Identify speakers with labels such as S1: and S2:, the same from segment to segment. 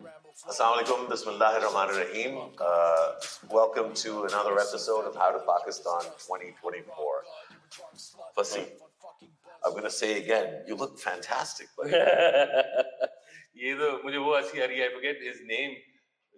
S1: Assalamu alaikum, bismillahir rahmanir rahim. Uh, welcome to another episode of How to Pakistan 2024. Fasim, I'm going to say again, you look fantastic. buddy.
S2: ये तो मुझे वो हंसी आ रही है आई फॉरगेट हिज नेम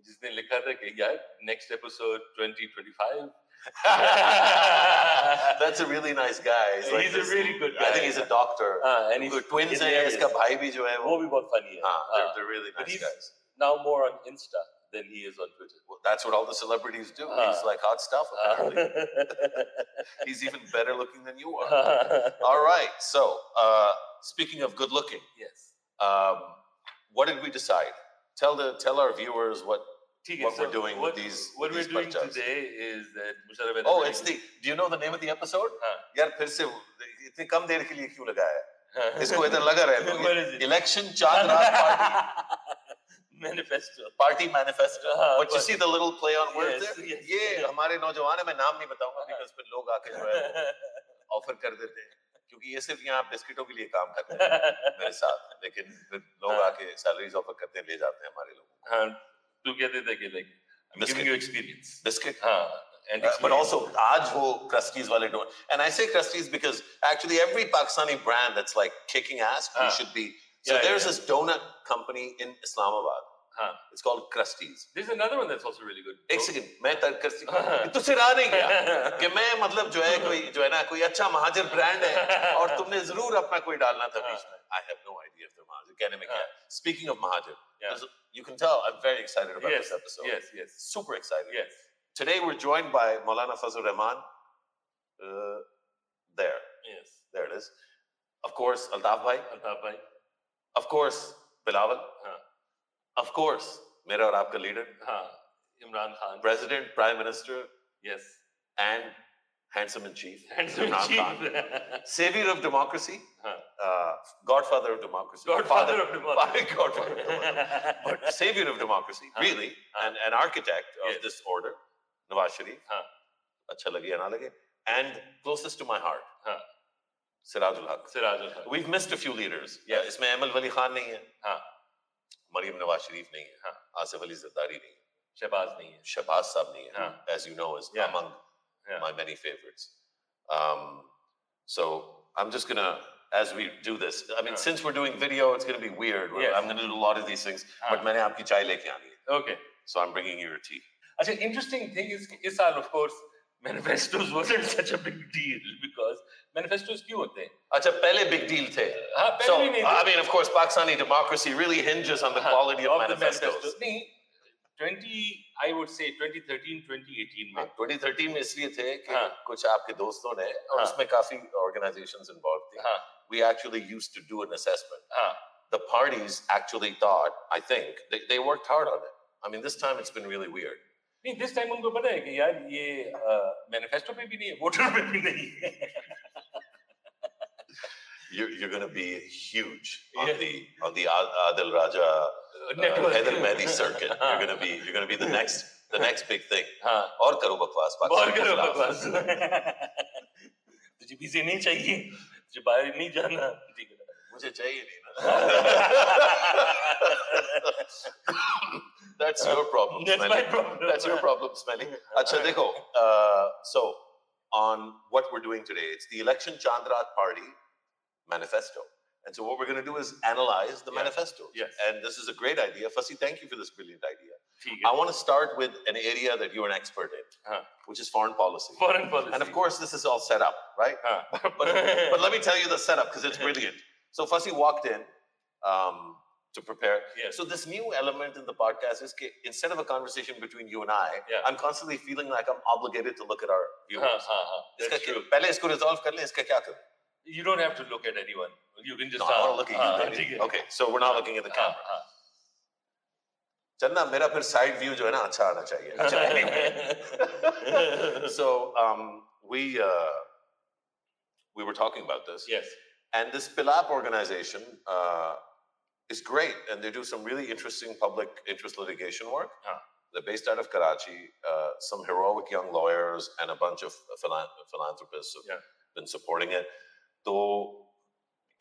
S2: जिसने लिखा था कि यार next episode 2025
S1: That's a really nice guy.
S2: He's a
S1: this-
S2: really good
S1: I think
S2: guy.
S1: he's a doctor.
S2: हाँ, and he's
S1: Twins हैं,
S2: hilarious.
S1: इसका भाई भी जो है
S2: वो
S1: वो
S2: भी बहुत funny है
S1: हाँ, Ah, they're,
S2: हाँ,
S1: they're really
S2: uh, but
S1: nice
S2: he's-
S1: guys.
S2: now more on Insta than he is on Twitter Ah.
S1: Well, that's what all the celebrities do.
S2: हाँ.
S1: He's like hot stuff,
S2: uh,
S1: apparently. he's even better looking than you
S2: Uh,
S1: are. All right. So, uh, speaking of good looking,
S2: yes
S1: um, what did we decide? Tell the tell our viewers what.
S2: ठीक
S1: What
S2: है
S1: we're
S2: so
S1: doing with
S2: what,
S1: these-
S2: what
S1: these
S2: we're doing
S1: podcasts.
S2: today is that Musharraf and
S1: Oh,
S2: I-
S1: it's the. Do you know the name of the episode?
S2: हाँ.
S1: यार फिर से इतने कम देर के लिए क्यों लगाया है? इसको इधर लगा
S2: Where
S1: रहा
S2: is
S1: है
S2: it?
S1: Election Chand Raat party
S2: manifesto
S1: party manifesto
S2: हाँ,
S1: but you
S2: but-
S1: see the little play on words
S2: Yes,
S1: there
S2: yes.
S1: ये हमारे नौजवान है मैं नाम नहीं बताऊंगा
S2: हाँ।
S1: बिकॉज़ फिर लोग आके जो है ऑफर कर देते हैं क्योंकि ये सिर्फ यहाँ बिस्किटों के लिए काम करते हैं मेरे साथ लेकिन फिर लोग
S2: हाँ।
S1: आके सैलरीज ऑफर करते हैं ले जाते हैं हमारे लोग
S2: हाँ, तू कहते थे कि like I'm
S1: Biscuit.
S2: giving you experience
S1: biscuit
S2: हाँ
S1: Uh,
S2: and
S1: but
S2: experience.
S1: also aaj wo crusties wale don't and i say crusties because actually every pakistani brand that's like kicking ass we
S2: हाँ.
S1: should be so
S2: Ah. Yeah, yeah,
S1: there's
S2: yeah.
S1: this donut company in islamabad
S2: हाँ.
S1: it's called crusties
S2: There's another one that's also really good.
S1: एक second मैं तर्क कर
S2: हाँ।
S1: सकती तुझसे रहा नहीं गया कि मैं मतलब जो है कोई जो है ना कोई अच्छा महाजर ब्रांड है और तुमने जरूर अपना कोई डालना था बीच में I have no idea if they're Muhajir कहने में क्या speaking of
S2: Yeah.
S1: Muhajir you can tell I am very excited about
S2: yes,
S1: this episode
S2: yes, yes,
S1: super excited
S2: yes.
S1: today we're joined by Maulana Fazlur Rahman uh, there
S2: Yes.
S1: there it is of course Altaf bhai
S2: Altaf bhai.
S1: of course Bilawal
S2: हाँ.
S1: of course मेरा और आपका leader
S2: हाँ. Imran Khan.
S1: President prime minister
S2: Yes.
S1: and handsome in chief,
S2: Handsome
S1: Imran
S2: Chief.
S1: Khan. savior of democracy,
S2: हाँ.
S1: uh, godfather of democracy,
S2: Godfather of
S1: father,
S2: democracy.
S1: godfather of democracy, but savior of democracy,
S2: हाँ,
S1: really,
S2: हाँ.
S1: and an architect of
S2: Yes.
S1: this order, Nawaz Sharif.
S2: हाँ.
S1: अच्छा लगे या ना लगे, and closest to my heart,
S2: हाँ.
S1: Sirajul Haq.
S2: Siraj ul Haq.
S1: We've missed a few leaders. Uh,
S2: Yeah.
S1: इसमें अहमद वली खान नहीं है,
S2: हाँ.
S1: मरियम नवाज शरीफ नहीं है,
S2: हाँ.
S1: आसिफ अली जरदारी नहीं है,
S2: Shahbaz nahi hai.
S1: शहबाज साहब नहीं है,
S2: हाँ.
S1: as you know is
S2: Yeah.
S1: among
S2: Yeah.
S1: my many favorites. Um, so I'm just gonna, as we do this, I mean,
S2: हाँ.
S1: since we're doing video, it's gonna be weird. We're-
S2: Yes.
S1: I'm gonna do a lot of these things. But
S2: हाँ.
S1: मैंने आपकी चाय लेके आनी है,
S2: Okay.
S1: so I'm bringing you your tea.
S2: अच्छा interesting thing is कि इस साल of course manifestos wasn't such a big deal because manifestos क्यों होते हैं?
S1: अच्छा पहले big deal थे.
S2: हाँ
S1: So
S2: पहले भी नहीं
S1: I
S2: थे।
S1: mean, of course, Pakistani democracy really hinges on the
S2: हाँ,
S1: quality of,
S2: of the
S1: manifestos.
S2: manifestos. नहीं 20 I would say 2013 2018 में
S1: हाँ, 2013 में इसलिए थे कि
S2: हाँ.
S1: कुछ आपके दोस्तों ने और
S2: हाँ.
S1: उसमें काफी organizations involved थी.
S2: हाँ
S1: We actually used to do an assessment.
S2: हाँ
S1: the parties actually thought, I think, they, they worked hard on it. I mean, this time it's been really weird.
S2: नहीं दिस टाइम उनको पता है कि यार ये मैनिफेस्टो पे भी नहीं है वोटर पे भी नहीं है
S1: You're, you're going to be huge on
S2: Yeah.
S1: the on the Ad- Adil Raja, uh,
S2: हाँ।
S1: Heather Mehdi circuit. You're going to be you're going to be the next the next big thing.
S2: हाँ
S1: और करो बकवास
S2: और
S1: पाकिस्तान के
S2: करो
S1: खिलाफ।
S2: बकवास तुझे बीजे नहीं चाहिए तुझे बाहर नहीं जाना ठीक है।
S1: मुझे चाहिए नहीं ना। That's your problem.
S2: That's
S1: Smelly.
S2: my problem.
S1: That's your problem, Smelly. अच्छा देखो, uh, so on what we're doing today, it's the election Chandrat party manifesto. And so what we're going to do is analyze the
S2: Yeah.
S1: manifesto.
S2: Yes.
S1: And this is a great idea. Fasi, thank you for this brilliant idea.
S2: ठीक
S1: I
S2: है
S1: want to start with an area that you're an expert in,
S2: हाँ.
S1: which is Uh-huh. foreign policy.
S2: Foreign policy
S1: And of course, this is all set up, right?
S2: हाँ
S1: but, but let me tell you the setup because it's brilliant. So Fussy walked in um, to prepare.
S2: yes
S1: So this new element in the podcast is ki- instead of a conversation between you and I,
S2: Yeah.
S1: I'm constantly feeling like I'm obligated to look at our viewers.
S2: हाँ हाँ हाँ
S1: इसका
S2: that's
S1: क्या-
S2: true
S1: पहले इसको resolve कर लें, इसका क्या करें?
S2: you don't have to look at anyone you can just uh,
S1: No, I
S2: हाँ,
S1: want to look at you,
S2: हाँ,
S1: baby.
S2: ठीक है
S1: Okay, so we're not looking at the
S2: हाँ,
S1: camera.
S2: हाँ।
S1: चलना मेरा फिर side view जो है ना अच्छा आना चाहिए. अच्छा, anyway. so um, we uh, we were talking about this.
S2: yes
S1: And this PILAP organization uh, is great, and they do some really interesting public interest litigation work.
S2: Ah.
S1: They're based out of Karachi. Uh, some heroic young lawyers and a bunch of philan- philanthropists have
S2: Yeah.
S1: been supporting it. Though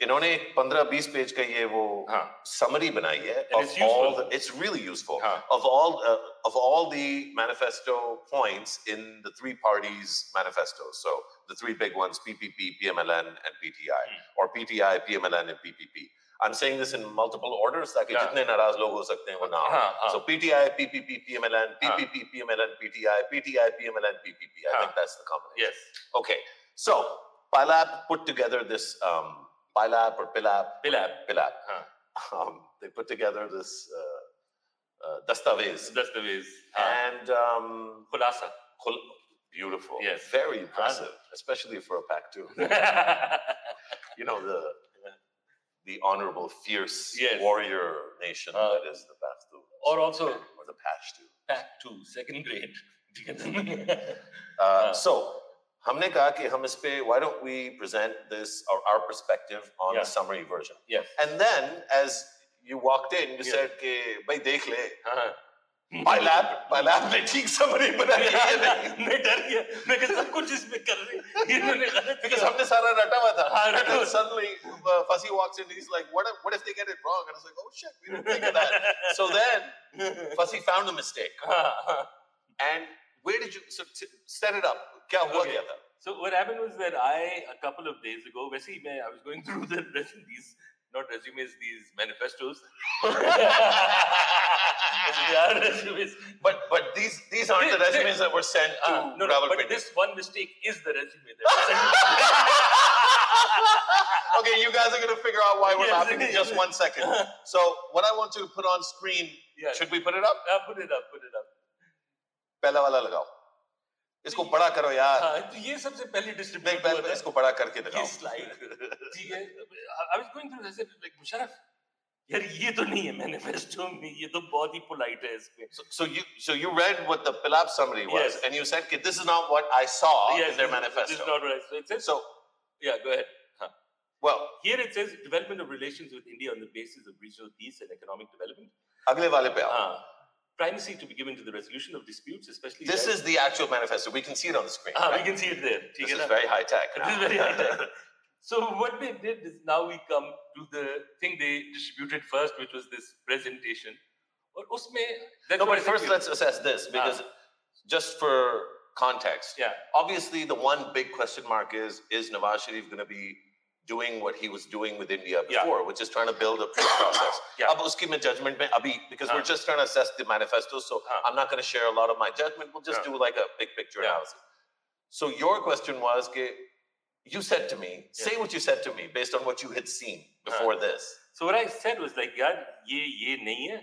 S1: इन्होंने एक 15-20 page का ये वो
S2: हाँ
S1: summary बनाई है
S2: And
S1: of
S2: it's
S1: all
S2: useful.
S1: the, it's really useful
S2: हाँ
S1: of all uh, of all the manifesto points in the three parties manifestos so the three big ones ppp pmln and pti
S2: Hmm.
S1: or pti pmln and ppp i'm saying this in multiple orders ताकि
S2: Yeah.
S1: जितने नाराज लोग हो सकते हैं वो ना हो
S2: हाँ हाँ
S1: so pti ppp pmln
S2: हाँ.
S1: ppp pmln pti pti pmln ppp i
S2: हाँ.
S1: think that's the combination
S2: yes
S1: okay so pilab put together this um pilab or pilab
S2: Pilab Uh-huh.
S1: pilab
S2: हाँ
S1: um, they put together this uh, uh, dastavez
S2: that's the ways Uh, हाँ
S1: and um,
S2: खुलासा
S1: col- beautiful,
S2: Yes.
S1: very impressive, especially for a pack two. you know the the honorable, fierce
S2: Yes.
S1: warrior nation
S2: Uh,
S1: that is the Pashtu
S2: or also
S1: or the Pashtu.
S2: pack two second grade ठीक है
S1: Uh,
S2: Uh.
S1: so. हमने कहा कि हम इस पे why don't we present this or our perspective on the
S2: Yeah.
S1: summary version
S2: yes
S1: and then as you walked in you
S2: Yeah.
S1: said कि भाई देख ले
S2: हाँ
S1: my lab my lab ने ठीक summary बनाई है या नहीं
S2: मैं डर गया मैं कहा सब कुछ इसमें कर रहे हैं इन्होंने गलत
S1: Because
S2: किया
S1: हमने सारा रटा हुआ था
S2: हाँ,
S1: And
S2: रटा
S1: then
S2: हुआ था।
S1: suddenly uh, Fuzzy walks in and he's like what if, what if they get it wrong and I was like oh shit we didn't think of that so then Fuzzy found a mistake
S2: हाँ हाँ
S1: and where did you so t- set it up क्या हुआ
S2: Okay.
S1: क्या था
S2: So what happened was that I a couple of days ago, Vesi, मैं- I was going through the res- these not resumes, these manifestos. They are resumes.
S1: but but these these aren't the
S2: Thi- thi-
S1: resumes that were sent uh, to
S2: Ah, no, no, but
S1: Rawalpindi
S2: this one mistake is the resume. That was sent.
S1: okay you guys are gonna figure out why we're
S2: Yes,
S1: laughing in
S2: yes.
S1: just one second so what I want to put on screen
S2: yeah,
S1: should we put it up
S2: Ah, put it up, put it up.
S1: पहला वाला लगाओ इसको बड़ा करो यार
S2: हाँ, Ah, तो ये सबसे पहले
S1: नहीं
S2: distribute हुआ
S1: पहले
S2: था।
S1: इसको बड़ा करके दिखाओ
S2: ये slide. ठीक है, I- I was going through this, I said, like, Musharraf, यार ये तो नहीं है मैनिफेस्टो में ये तो बहुत ही पोलाइट है इसमें
S1: So, so you so you read what the Pilab summary was,
S2: Yes.
S1: and you said, "Okay, this is not what I saw in
S2: Yes,
S1: their
S2: this is-
S1: manifesto."
S2: This is not what I so it says.
S1: so,
S2: Yeah, go ahead.
S1: well,
S2: Here it says development of relations with India on the basis of regional peace and economic development.
S1: अगले वाले पे आओ.
S2: Ah, primacy to be given to the resolution of disputes, especially.
S1: This
S2: that-
S1: is the actual manifesto. We can see it on the screen.
S2: Ah, we
S1: right?
S2: can see it there. ठीक
S1: This
S2: है
S1: is
S2: ना?
S1: very high tech.
S2: This is very high tech. So what they did is now we come to the thing they distributed first, which was this presentation. और उसमें that's
S1: No,
S2: what
S1: but
S2: I said
S1: first
S2: to you.
S1: let's assess this because just for context,
S2: Ah. yeah
S1: obviously the one big question mark is: Is Nawaz Sharif going to be doing what he was doing with India
S2: Yeah.
S1: before, which is trying to build a peace process?
S2: yeah
S1: अब उसकी मैं judgment में अभी because we're
S2: हाँ.
S1: just trying to assess the manifesto so
S2: हाँ.
S1: I'm not going to share a lot of my judgment we'll just
S2: हाँ.
S1: do like a big picture
S2: Yeah.
S1: analysis so your question was कि you said to me say what you said to me based on what you had seen
S2: Uh-huh.
S1: before this
S2: So what I said was like, यार ये ये नहीं है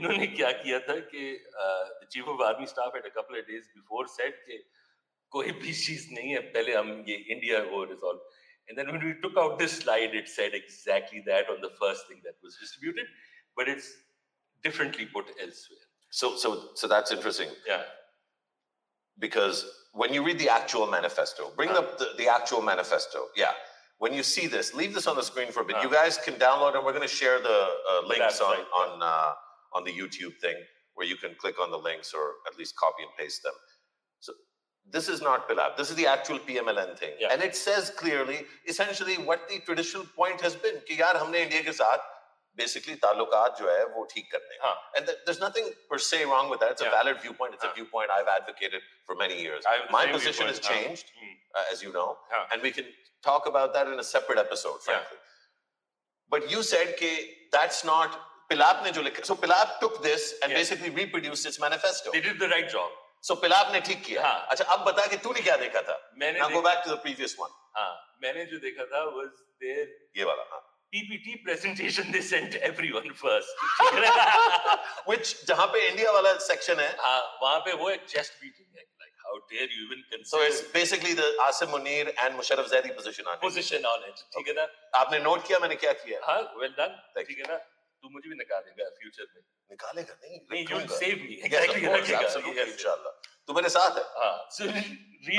S2: इन्होंने क्या किया था कि chief of army staff at a couple of days before said कि कोई भी चीज नहीं है पहले हम ये इंडिया को resolve and then when we took out this slide it said exactly that on the first thing that was distributed but it's differently put elsewhere
S1: so so so that's interesting
S2: yeah
S1: because when you read the actual manifesto bring
S2: हाँ.
S1: up the, the actual manifesto yeah when you see this leave this on the screen for a bit
S2: हाँ.
S1: you guys can download and we're going to share the uh, links on
S2: website, yeah.
S1: on uh, on the YouTube thing where you can click on the links or at least copy and paste them so this is not Pilab. This is the actual PMLN thing.
S2: Yeah.
S1: And it says clearly, essentially, what the traditional point has been. कि यार हमने India के साथ basically ताल्लुकात जो है वो ठीक करने हैं।
S2: हाँ.
S1: And th- there's nothing per se wrong with that. It's a
S2: Yeah.
S1: valid viewpoint. It's
S2: हाँ.
S1: a viewpoint I've advocated for many years.
S2: I have the
S1: My
S2: same
S1: position has
S2: viewpoint. हाँ.
S1: changed,
S2: Hmm.
S1: uh, as you know,
S2: हाँ.
S1: and we can talk about that in a separate episode, frankly. But you said कि that's not Pilab ne jo likha. So Pilab took this and
S2: Yes.
S1: basically reproduced its manifesto.
S2: they did the right job
S1: सो पिलाब ने ठीक किया
S2: हाँ।
S1: अच्छा अब बता कि तूने क्या देखा था
S2: मैंने
S1: नाउ गो
S2: देखा-
S1: back to the previous one
S2: हाँ मैंने जो देखा था was their
S1: ये वाला हाँ
S2: PPT presentation they sent everyone first.
S1: Which जहां पे इंडिया वाला सेक्शन है
S2: हाँ, वहाँ पे वो एक chest beating है, like how dare you even
S1: so it's
S2: consider
S1: basically the Asim Munir and Musharraf Zaidi position आने
S2: position on it. ठीक है ना?
S1: आपने नोट किया मैंने क्या किया
S2: हाँ, well done.
S1: Thank
S2: ठीक है ना? तू मुझे भी निकालेगा future में.
S1: निकालेगा नहीं
S2: नहीं, you'll
S1: रखूंगा।
S2: save me.
S1: Yes,
S2: Exactly,
S1: of course,
S2: रखेगा.
S1: absolutely,
S2: Yes, yes.
S1: इंशाल्लाह तू मेरे साथ है
S2: हाँ, so read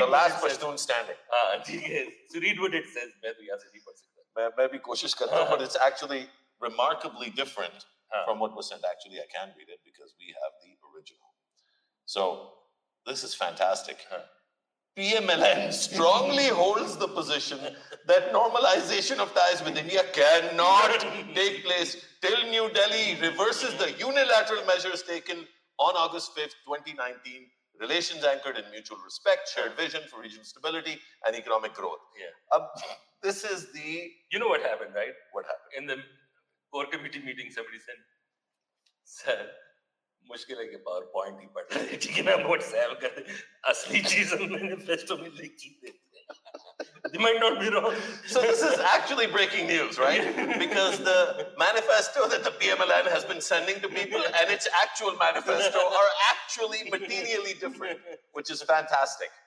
S1: the
S2: what
S1: last
S2: it says.
S1: Person standing
S2: हाँ, ठीक है. So read what it says. मैं तो यहाँ से नहीं पढ़ सकता.
S1: मैं मैं भी कोशिश करता हूं
S2: हाँ।
S1: But it's actually remarkably different
S2: हाँ.
S1: from what was sent actually I can read it because we have the original so this is fantastic
S2: हाँ.
S1: PMLN strongly holds the position that normalization of ties with India cannot take place till New Delhi reverses the unilateral measures taken on August 5th, 2019. Relations anchored in mutual respect, shared vision for regional stability and economic growth.
S2: Yeah.
S1: Uh, this is the
S2: You know what happened, right?
S1: what happened.
S2: In the core committee meeting, somebody said, Sir, मुश्किल है कि power point ही पढ़ रहे ठीक है ना WhatsApp कर असली चीज हम मैनिफेस्टो में लिखी थी they might not be wrong
S1: So this is actually breaking news, right? Because the manifesto that the PMLN has been sending to people and its actual manifesto are actually materially different, which is fantastic.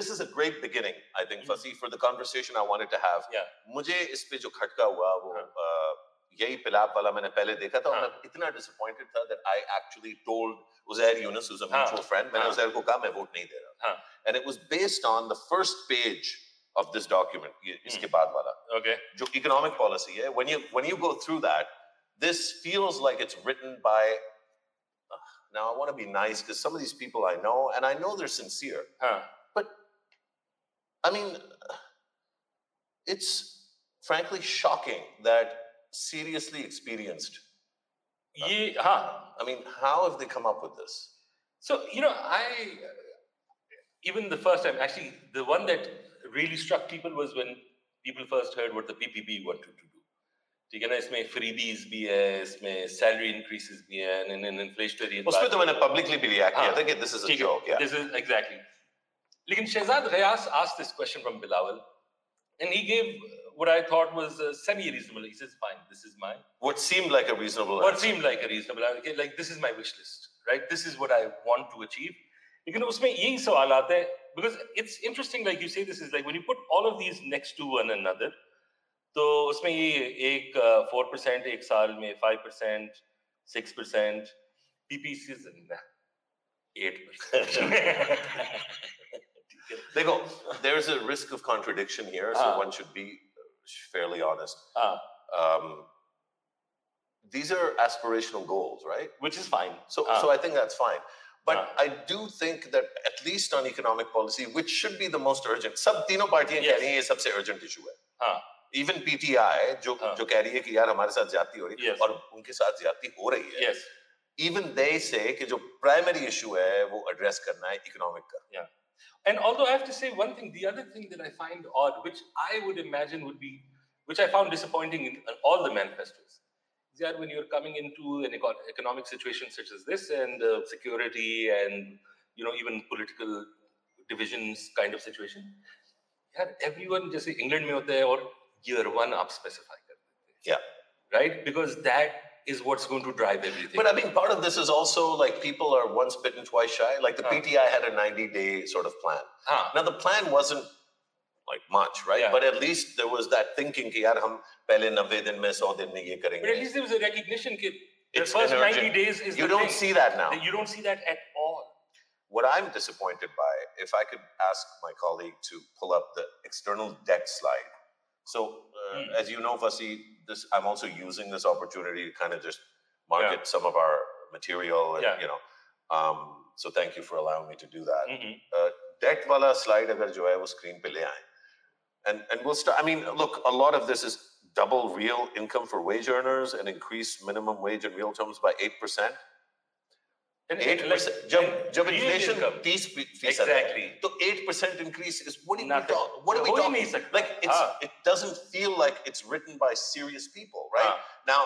S1: This is a great beginning, I think, Fasi, for the conversation I wanted to have.
S2: Hmm. Yeah.
S1: मुझे इस पे जो खटका हुआ वो
S2: हाँ.
S1: अ, यही पिलाप वाला मैंने पहले देखा था और
S2: हाँ.
S1: मैं इतना disappointed था that I actually told Uzair Yunus, who's a mutual friend, मैंने
S2: हाँ.
S1: उजैर को कहा मैं वोट नहीं दे रहा
S2: हाँ.
S1: And it was based on the first page of this document, ये- इसके
S2: Hmm.
S1: बाद वाला
S2: ओके
S1: जो economic policy है when you when you go through that this feels like it's written by Ugh, now I want to be nice because some of these people I know and I know they're sincere
S2: हां
S1: I mean it's frankly shocking that seriously experienced
S2: ये हां
S1: I mean how have they come up with this
S2: So, you know, I, even the first time, actually, the one that really struck people was when people first heard what the PPP wanted to do. ठीक है ना इसमें freebies भी है इसमें salary increases भी है and an inflationary
S1: उसमें तो
S2: environment-
S1: मैंने publicly भी react किया
S2: हाँ,
S1: था कि this is a
S2: ठीक है,
S1: joke yeah
S2: This is exactly. लेकिन Shehzad Ghayaas asked this question from Bilawal and he gave what I thought was uh, semi-reasonable. He says, fine, this is my
S1: what seemed like a reasonable
S2: what seemed like a reasonable okay, like this is my wish list right this is what i want to achieve लेकिन उसमें यही सवाल आता है because it's interesting like you say this is like when you put all of these next to one another तो उसमें ये एक फोर परसेंट एक साल में five percent six percent PPC eight percent
S1: देखो there's a risk of contradiction here so
S2: हाँ.
S1: one should be fairly honest
S2: हाँ
S1: um, these are aspirational goals, right?
S2: which is fine Uh,
S1: So,
S2: हाँ.
S1: so I think that's fine. But
S2: हाँ.
S1: I do think that at least on economic policy, which should be the most urgent, सब तीनों पार्टियां कह
S2: Yes.
S1: रही हैं ये सबसे urgent issue है.
S2: हाँ.
S1: Even PTI जो
S2: हाँ.
S1: जो कह रही है कि यार हमारे साथ ज्यादती हो रही है
S2: Uh. Yes.
S1: और उनके साथ ज्यादती हो रही है.
S2: yes
S1: Even they say कि जो primary issue है वो address करना है economic का.
S2: And although I have to say one thing, the other thing that I find odd, which I would imagine would be, which I found disappointing in all the manifestos, is that when you're coming into an eco- economic situation such as this, and uh, security, and you know even political divisions kind of situation, यार everyone जैसे England में होता है और year one आप specify कर देते हैं.
S1: Yeah.
S2: Right, because that is what's going to drive everything.
S1: But I mean, part of this is also like people are once bitten, twice shy. Like the
S2: हाँ.
S1: PTI had a 90 day sort of plan.
S2: हाँ,
S1: Now the plan wasn't like much, right?
S2: Yeah.
S1: But at least there was that thinking कि यार हम पहले 90 दिन में 100 दिन में ये
S2: but at
S1: करेंगे.
S2: least there was a recognition that the
S1: It's
S2: first
S1: an
S2: 90
S1: urgent-
S2: days is
S1: You
S2: the
S1: don't
S2: thing.
S1: see that now.
S2: that you don't see that at all.
S1: What I'm disappointed by, if I could ask my colleague to pull up the external debt slide. So uh,
S2: Hmm.
S1: as you know, Vasi, this I'm also using this opportunity to kind of just market
S2: Yeah.
S1: some of our material, and
S2: Yeah.
S1: you know. Um, so thank you for allowing me to do that. debt wala slide agar jo hai wo screen pe le aaye and and we'll start i mean look a lot of this is double real income for wage earners and increase minimum wage in real terms by 8%
S2: And,
S1: 8% jab jab
S2: real
S1: inflation
S2: income.
S1: 30 pe- फीसद है
S2: exactly.
S1: तो 8% increase is what are we
S2: Nothing.
S1: talking what are we
S2: हो ही
S1: talking
S2: नहीं सकता.
S1: like it's
S2: हाँ,
S1: it doesn't feel like it's written by serious people right
S2: हाँ,
S1: now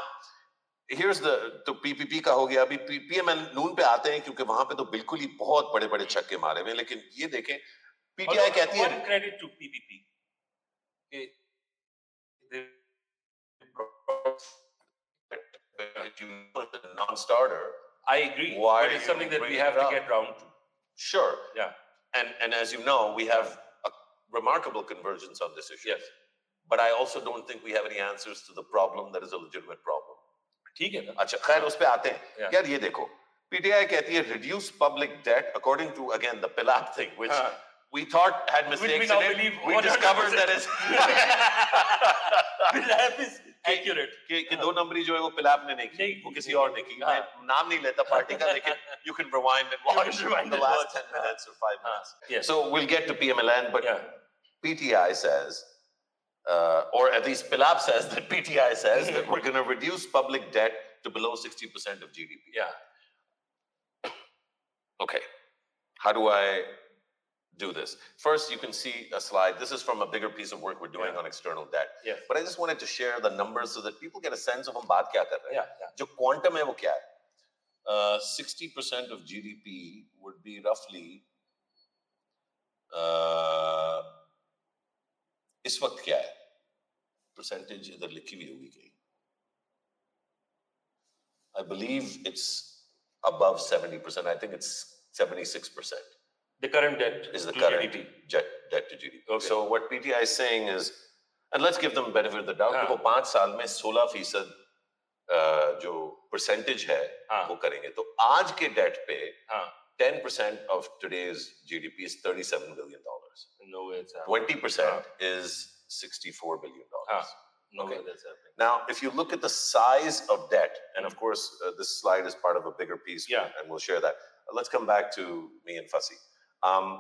S1: here's the तो PPP का हो गया अभी पीएमएल नून पे आते हैं क्योंकि वहां पे तो बिल्कुल ही बहुत बड़े-बड़े छक्के मारे हुए हैं लेकिन ये देखें पीटीआई
S2: although
S1: कहती है
S2: One credit to PPP. Okay. They brought-
S1: if you put a non-starter,
S2: I agree.
S1: Why
S2: but it's
S1: you
S2: something that we
S1: bring
S2: have
S1: it
S2: to
S1: up?
S2: get round to.
S1: sure.
S2: Yeah.
S1: And and as you know, we have a remarkable convergence on this issue.
S2: Yes.
S1: But I also don't think we have any answers to the problem that is a legitimate problem.
S2: ठीक है ना?
S1: अच्छा खैर उस पे आते हैं
S2: Yeah.
S1: यार ये देखो पीटीआई कहती है reduce public debt according to again the Pilat thing which
S2: हाँ,
S1: we thought had
S2: Which we
S1: mistakes
S2: now
S1: in it.
S2: believe
S1: we discovered that
S2: 100%.
S1: it's
S2: That is accurate.
S1: कि, कि दो नंबरी जो है वो पिलाप ने नहीं की
S2: नहीं
S1: वो
S2: की। हाँ।
S1: किसी और ने की मैं नाम नहीं लेता पार्टी का लेकिन you can rewind and
S2: can
S1: watch
S2: rewind
S1: the
S2: and
S1: last
S2: watch.
S1: 10 minutes or 5
S2: हाँ,
S1: minutes
S2: yes.
S1: So we'll get to PMLN, but
S2: Yeah.
S1: PTI says, uh, or at least Pilab says that PTI says that we're going to reduce public debt to below 60% of GDP.
S2: Yeah.
S1: Okay, how do I do this? First, you can see a slide. This is from a bigger piece of work we're doing
S2: Yeah.
S1: on external debt.
S2: Yes.
S1: But I just wanted to share the numbers so that people get a sense of हम बात क्या कर रहे हैं
S2: Yeah. yeah.
S1: जो quantum है Uh, वो क्या है sixty percent of G D P would be रफली uh, इस वक्त क्या है परसेंटेज इधर लिखी हुई होगी कहीं I believe it's above seventy percent I think it's seventy six percent
S2: The current debt
S1: is the
S2: to
S1: current
S2: GDP.
S1: jet, debt to GDP.
S2: Okay.
S1: Oh, So what PTI is saying is, and let's give them benefit of the doubt, कि
S2: हाँ.
S1: वो पांच साल में 16 फीसद अ, जो percentage है
S2: हाँ.
S1: वो करेंगे तो आज के डेट पे
S2: हाँ.
S1: 10% of today's GDP is 37 billion dollars.
S2: No way it's happening.
S1: 20% is 64 billion dollars.
S2: हाँ. No
S1: Okay.
S2: way that's happening.
S1: Now, if you look at the size of debt, and of course, uh, this slide is part of a bigger piece,
S2: Mm. Yeah.
S1: and we'll share that. Uh, Let's come back to me and Fasi. Um,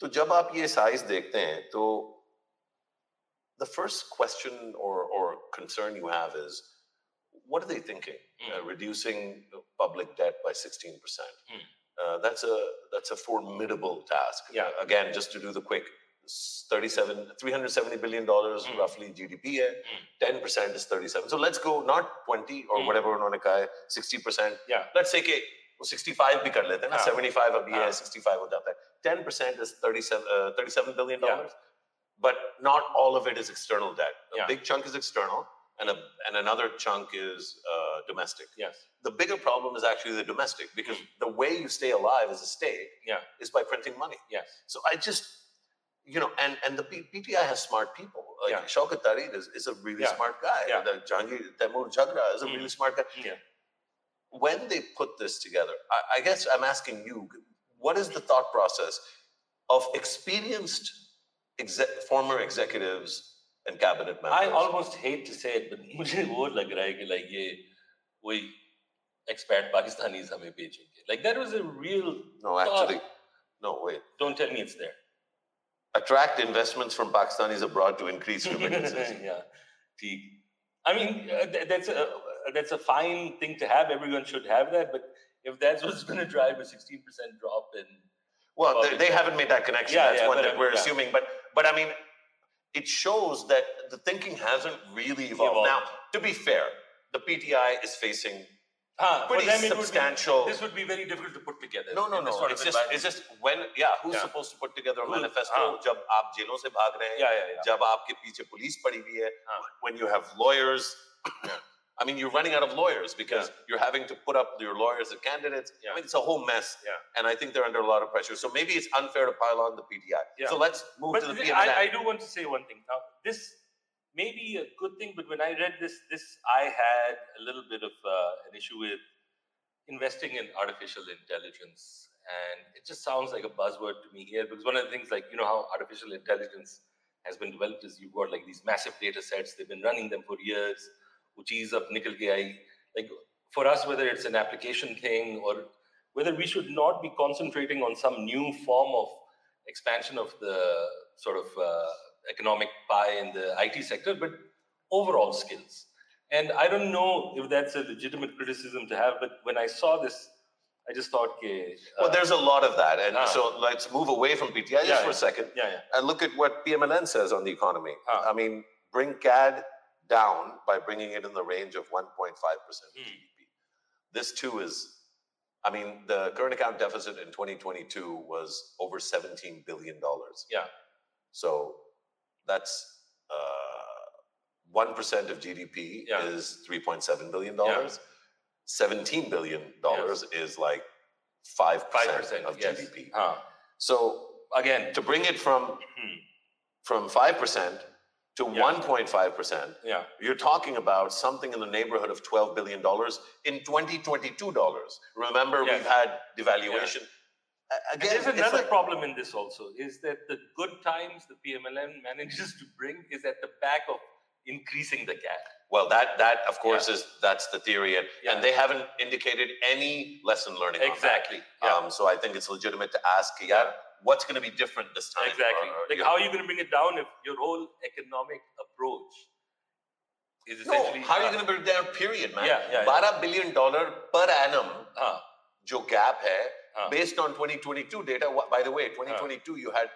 S1: तो जब आप ये size देखते हैं, तो the first question or, or concern you have is, what are they thinking?
S2: Mm.
S1: Uh, reducing the public debt by 16%.
S2: Mm.
S1: Uh, that's a that's a formidable task.
S2: Yeah.
S1: Uh, again, just to do the quick, s- 37, 370 billion dollars
S2: Mm.
S1: roughly GDP है.
S2: Mm.
S1: 10% is 37. So let's go not 20 or
S2: Mm.
S1: whatever उन्होंने कहा है, 60%.
S2: Yeah.
S1: Let's say कि वो 65 भी कर लेते हैं ना
S2: हाँ.
S1: 75 अब ये है
S2: हाँ.
S1: 65 हो जाता है 10% is 37 uh, 37 billion
S2: Yeah.
S1: dollars but not all of it is external debt a
S2: Yeah.
S1: big chunk is external and a, and another chunk is uh, domestic
S2: Yes.
S1: the bigger problem is actually the domestic because the way you stay alive as a state
S2: Mm. Yeah.
S1: is by printing money.
S2: Yes.
S1: So I just, you know, and and the P- PTI has smart people. Like
S2: Yeah.
S1: Shaukat Tareed is, is a really
S2: Yeah.
S1: smart guy.
S2: Yeah.
S1: The Jahangir Taimur Jagra is a
S2: Mm.
S1: really smart guy.
S2: Yeah.
S1: When they put this together, I, I guess I'm asking you, what is the thought process of experienced exec- former executives and cabinet members?
S2: I almost hate to say it, but मुझे वो लग रहा है कि like ये वही expat Pakistanis हमें भेजेंगे. Like that was a real.
S1: no, actually, no, wait.
S2: Don't tell me it's there.
S1: attract investments from Pakistanis abroad to increase remittances.
S2: yeah. ठीक. I mean, uh, th- that's a uh, that's a fine thing to have. Everyone should have that. But if that's what's going to drive a 16% drop in,
S1: well, they,
S2: Public
S1: they
S2: debt.
S1: haven't made that connection.
S2: Yeah,
S1: That's
S2: yeah,
S1: one
S2: but,
S1: that
S2: um,
S1: we're
S2: yeah.
S1: assuming. But but I mean, it shows that the thinking hasn't really evolved.
S2: Evolved.
S1: Now, to be fair, the PTI is facing
S2: huh, ah, for
S1: pretty
S2: them it would be-
S1: substantial.
S2: this would be very difficult to put together.
S1: no, no,
S2: in this
S1: no.
S2: sort of
S1: It's just it's
S2: environment.
S1: just when yeah, Ah. who's
S2: Yeah.
S1: supposed to put together a
S2: Who-
S1: manifesto?
S2: हाँ.
S1: जब आप जेलों से भाग रहे हैं,
S2: yeah, yeah, yeah.
S1: जब आपके पीछे पुलिस पड़ी हुई है,
S2: हाँ.
S1: when you have lawyers. I mean, you're running out of lawyers because you're having to put up your lawyers as candidates. I
S2: Yeah.
S1: mean, it's a whole mess.
S2: Yeah.
S1: And I think they're under a lot of pressure. So maybe it's unfair to pile on the PTI.
S2: Yeah.
S1: So let's move
S2: But
S1: to the
S2: th-
S1: PNNA.
S2: I, I do want to say one thing. Now, this may be a good thing, but when I read this, this I had a little bit of uh, an issue with investing in artificial intelligence, and it just sounds like a buzzword to me here because one of the things, like you know, how artificial intelligence has been developed is you've got like these massive data sets. They've been running them for years. Which is up nickel AI. Like for us, whether it's an application thing or whether we should not be concentrating on some new form of expansion of the sort of uh, economic pie in the IT sector, but overall skills. And I don't know if that's a legitimate criticism to have, but when I saw this, I just thought, okay, uh,
S1: well, there's a lot of that. And
S2: Ah.
S1: so let's move away from PTI just
S2: Yeah,
S1: for a second
S2: yeah, yeah,
S1: and look at what PMLN says on the economy.
S2: Ah.
S1: I mean, bring CAD down by bringing it in the range of 1.5% of
S2: Hmm.
S1: GDP. This too is, I mean, the current account deficit in 2022 was over $17 billion.
S2: Yeah.
S1: So that's uh, 1% of GDP
S2: Yeah.
S1: is $3.7 billion. $17 billion is like 5%,
S2: five percent
S1: of
S2: yes.
S1: GDP.
S2: Huh.
S1: So
S2: Again,
S1: to bring it from
S2: hmm,
S1: from 5% to
S2: Yeah.
S1: 1.5%,
S2: yeah,
S1: you're talking about something in the neighborhood of $12 billion in 2022 dollars. Remember,
S2: Yes.
S1: we've had devaluation. A-
S2: And
S1: Again,
S2: there's
S1: it's
S2: another
S1: like-
S2: problem in this also is that the good times the PMLN manages to bring is at the back of increasing the gap.
S1: well, that, that of course is, that's the theory. And,
S2: Yeah.
S1: and they haven't indicated any lesson learning on that.
S2: Exactly. Yeah.
S1: Um, so I think it's legitimate to ask, yeah, what's going to be different this time?
S2: Exactly.
S1: Or- or,
S2: Like,
S1: yeah.
S2: how are you going to bring it down if your whole economic approach is
S1: No,
S2: essentially. uh,
S1: how are you going to bring it down? Period, man.
S2: Yeah, yeah, yeah.
S1: $12 billion dollar per annum
S2: Uh,
S1: जो gap है,
S2: हाँ.
S1: based on 2022 data. wh- By the way, 2022 you had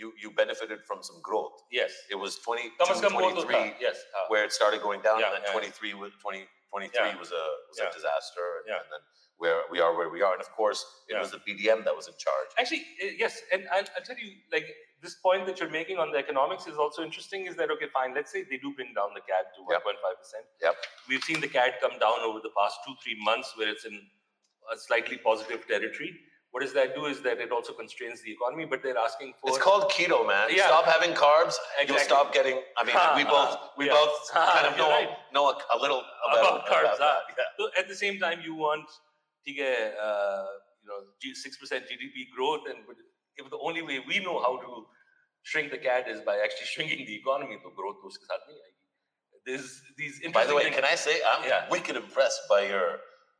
S1: you you benefited from some growth.
S2: yes.
S1: It was 20
S2: कम से कम वो तो था,
S1: 23
S2: Yes. uh-huh. हाँ.
S1: where it started going down,
S2: Yeah,
S1: and then
S2: yeah, yeah.
S1: 23 was 20, 23
S2: Yeah.
S1: was a was
S2: Yeah.
S1: a disaster, and,
S2: Yeah.
S1: and then where we are where we are, and of course it
S2: Yeah.
S1: was the BDM that was in charge.
S2: Actually, eh, yes, and I'll, I'll tell you, like this point that you're making on the economics is also interesting. Is that okay? Fine. Let's say they do bring down the CAD to
S1: Yep.
S2: 1.5 percent.
S1: Yep.
S2: We've seen the CAD come down over the past two, three months, where it's in a slightly positive territory. What does that do? Is that it also constrains the economy, but they're asking for
S1: It's called keto, man.
S2: Yeah.
S1: Stop having carbs. You'll
S2: Exactly.
S1: stop getting. I mean,
S2: Ha,
S1: we
S2: ha,
S1: both we
S2: yeah.
S1: both
S2: Ha,
S1: kind of
S2: you're
S1: know
S2: right.
S1: know a, a little about,
S2: about carbs.
S1: that.
S2: huh? So at the same time, you want to get uh, you know G- six percent GDP growth, and but if the only way we know how to shrink the cat is by actually shrinking the economy, so growth उसके साथ नहीं आएगी. There's these interesting.
S1: By the way,
S2: things.
S1: can I say I'm
S2: Yeah.
S1: wicked impressed by your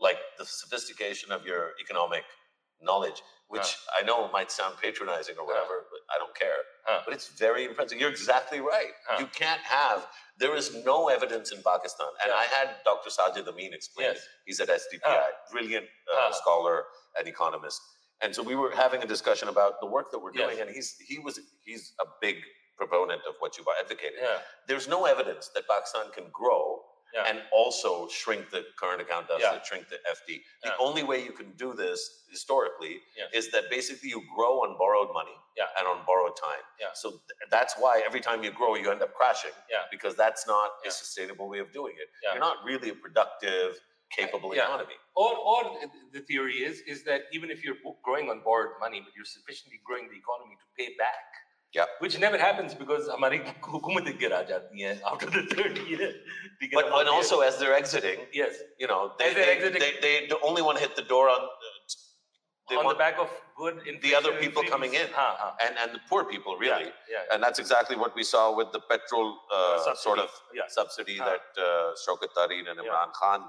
S1: like the sophistication of your economic knowledge, which I know might sound patronizing or whatever, but I don't care.
S2: Huh.
S1: But it's very impressive. You're exactly right.
S2: Huh.
S1: You can't have. There is no evidence in Pakistan, and
S2: Yeah.
S1: I had Dr. Sajid Amin explain.
S2: Yes.
S1: it. He's at SDPI, brilliant uh,
S2: Huh.
S1: scholar and economist. And so we were having a discussion about the work that we're doing,
S2: Yes.
S1: and he's he was he's a big proponent of what you've advocated
S2: Yeah.
S1: there's no evidence that Pakistan can grow
S2: Yeah.
S1: and also shrink the current account deficit,
S2: Yeah.
S1: shrink the FD. The
S2: Yeah.
S1: only way you can do this historically
S2: Yes.
S1: is that basically you grow on borrowed money
S2: Yeah.
S1: and on borrowed time.
S2: Yeah.
S1: So th- that's why every time you grow, you end up crashing
S2: Yeah.
S1: because that's not
S2: Yeah.
S1: a sustainable way of doing it.
S2: Yeah.
S1: You're not really a productive, capable
S2: Yeah.
S1: economy.
S2: Or, or the theory is is that even if you're growing on borrowed money, but you're sufficiently growing the economy to pay back.
S1: Yeah.
S2: Which never happens because हमारी हुकूमतें गिरा जाती हैं after the third year. to get
S1: But
S2: them out
S1: and
S2: here.
S1: also as they're exiting,
S2: yes,
S1: you know, they,
S2: As they're
S1: they,
S2: exiting-
S1: they, they don't- only want to hit the door on. uh, They
S2: on
S1: want,
S2: the back of good inflation
S1: other
S2: and
S1: people coming
S2: freebies.
S1: in.
S2: Huh, huh.
S1: and, and the poor people, really.
S2: Yeah, yeah,
S1: And that's exactly what we saw with the petrol uh, sort of
S2: yeah.
S1: subsidy
S2: Ah.
S1: that uh, Shaukat Tareen and
S2: Yeah.
S1: Imran Khan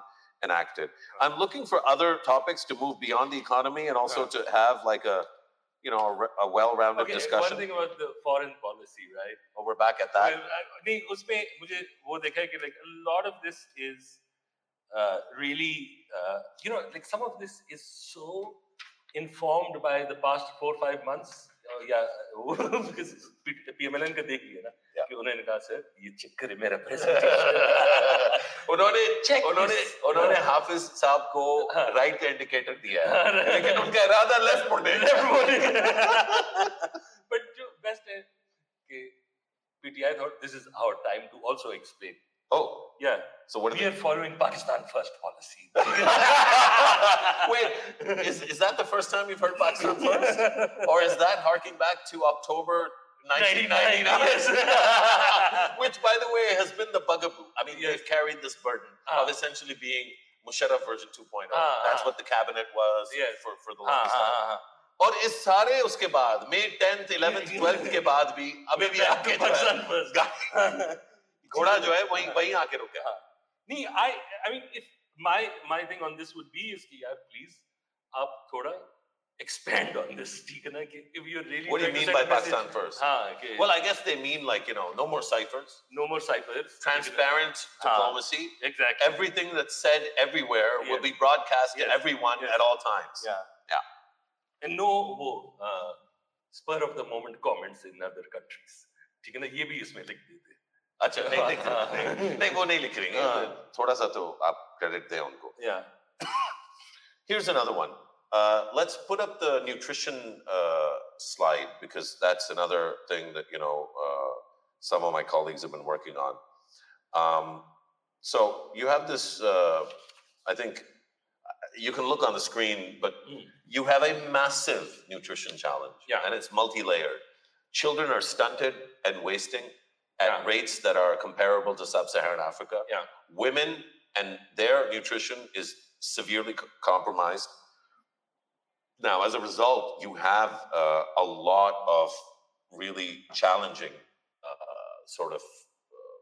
S1: enacted. I'm looking for other topics to move beyond the economy and also to have like a, you know, a, re- a well-rounded
S2: Okay,
S1: discussion.
S2: one thing about the foreign policy, right?
S1: oh, we're back at that.
S2: Well, I- नहीं उसमें मुझे वो देखा है कि like a lot of this is uh, really uh, you know like some of this is so informed by the past four five months uh, yeah वो because P- PMLN का देख लिया ना
S1: Yeah.
S2: कि उन्होंने कहा सर ये check करे मेरा प्रेजेंटेशन
S1: उन्होंने
S2: Check
S1: उन्होंने
S2: this.
S1: उन्होंने हाफिज साहब को
S2: हाँ।
S1: राइट का इंडिकेटर दिया
S2: हाँ,
S1: है
S2: right.
S1: लेकिन उनका इरादा लेफ्ट मुड़े
S2: but जो best है कि PTI thought this is our time to also explain
S1: oh
S2: yeah
S1: so what
S2: we
S1: did
S2: are following Pakistan first policy
S1: wait is, is that the first time you've heard Pakistan first or is that harking back to October 1999?
S2: 99, yes.
S1: Which, by the way, has been the bugaboo. I mean,
S2: Yes.
S1: they've carried this burden
S2: Ah.
S1: of essentially being Musharraf version 2.0.
S2: Ah,
S1: That's
S2: ah.
S1: what the cabinet was
S2: Yes. Ah,
S1: for, for the
S2: हाँ,
S1: longest
S2: हाँ,
S1: time.
S2: हाँ, हाँ.
S1: और इस सारे उसके बाद मई 10th 11th 12th के बाद भी अभी भी
S2: Back
S1: आके जो है,
S2: to Pakistan first.
S1: घोड़ा जो है वहीं वहीं आके रुका है।
S2: नहीं I I mean if my my thing on this would be is कि यार प्लीज आप थोड़ा एक्सपेंड ऑन दिस ठीक है ना कि if you really
S1: What do you mean by Pakistan first?
S2: हां कि
S1: Well, I guess they mean like you know, no more ciphers,
S2: no more ciphers
S1: transparent
S2: Ah.
S1: diplomacy.
S2: exactly
S1: Everything that's said everywhere will
S2: Yes.
S1: be broadcast to
S2: Yes.
S1: everyone
S2: Yes.
S1: at all times.
S2: Yeah.
S1: Yeah.
S2: And no वो uh, spur of the moment comments in other countries. ठीक है ना ये भी इसमें लिख देते हैं।
S1: अच्छा नहीं लिख
S2: हाँ,
S1: नहीं, नहीं वो नहीं लिख रही हैं।
S2: हाँ।
S1: थोड़ा सा तो आप क्रेडिट दें उनको
S2: Yeah.
S1: here's another one uh, let's put up the nutrition uh, slide because that's another thing that you know uh, some of my colleagues have been working on um, so you have this uh, i think you can look on the screen but
S2: Mm.
S1: you have a massive nutrition challenge
S2: Yeah.
S1: and it's multi-layered children are stunted and wasting at
S2: Yeah.
S1: rates that are comparable to sub-saharan africa
S2: Yeah.
S1: women and their nutrition is severely c- compromised now as a result you have uh, a lot of really challenging uh, sort of uh,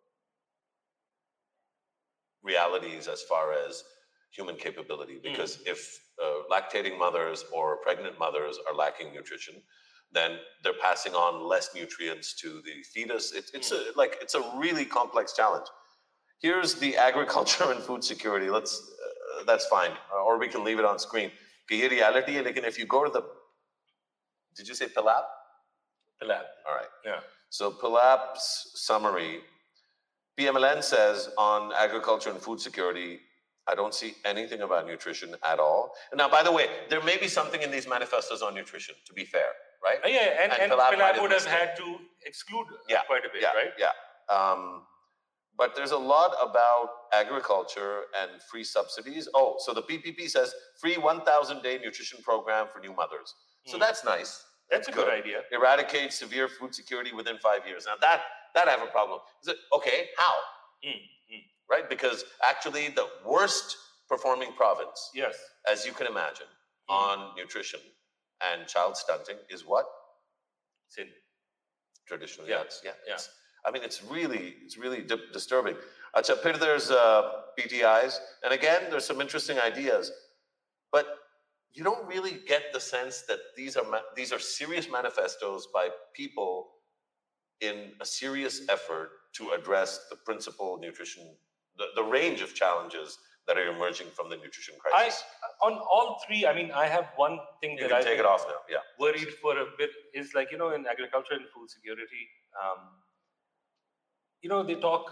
S1: realities as far as human capability because if uh, lactating mothers or pregnant mothers are lacking nutrition then they're passing on less nutrients to the fetus. It, it's a, like it's a really complex challenge. Here's the agriculture and food security. Let's uh, that's fine, Uh, or we can leave it on screen. कि ये reality है लेकिन if you go to the did you say Pilap?
S2: Lab.
S1: All right.
S2: Yeah.
S1: So Pilap's summary, PMLN says on agriculture and food security, I don't see anything about nutrition at all. And now, by the way, there may be something in these manifestos on nutrition, to be fair, right?
S2: Uh, yeah, and,
S1: And
S2: and,
S1: Pilab might
S2: Pilab
S1: have
S2: would have
S1: missed it.
S2: had to exclude uh,
S1: Yeah,
S2: quite a bit,
S1: yeah,
S2: right?
S1: Yeah. Um, but there's a lot about agriculture and free subsidies. Oh, so the PPP says free 1,000 day nutrition program for new mothers. So
S2: Hmm.
S1: that's nice.
S2: That's a good idea.
S1: eradicate severe food security within five years. Now that that I have a problem. Is it okay? How?
S2: Mm, mm.
S1: Right? Because actually, the worst performing province,
S2: Yes.
S1: as you can imagine,
S2: Mm.
S1: on nutrition and child stunting is what
S2: Sin.
S1: traditionally.
S2: Yeah,
S1: that's- yeah,
S2: yeah.
S1: it's- I mean, it's really it's really di- disturbing. Acha, pir there's uh, PTIs, and again, there's some interesting ideas, but. You don't really get the sense that these are ma- these are serious manifestos by people in a serious effort to address the principal nutrition, the, the range of challenges that are emerging from the nutrition
S2: I
S1: crisis.
S2: on all three. I mean, I have one thing
S1: you
S2: that I
S1: can take it
S2: think-
S1: off now. Yeah.
S2: worried for a bit is like you know in agriculture and food security um, you know they talk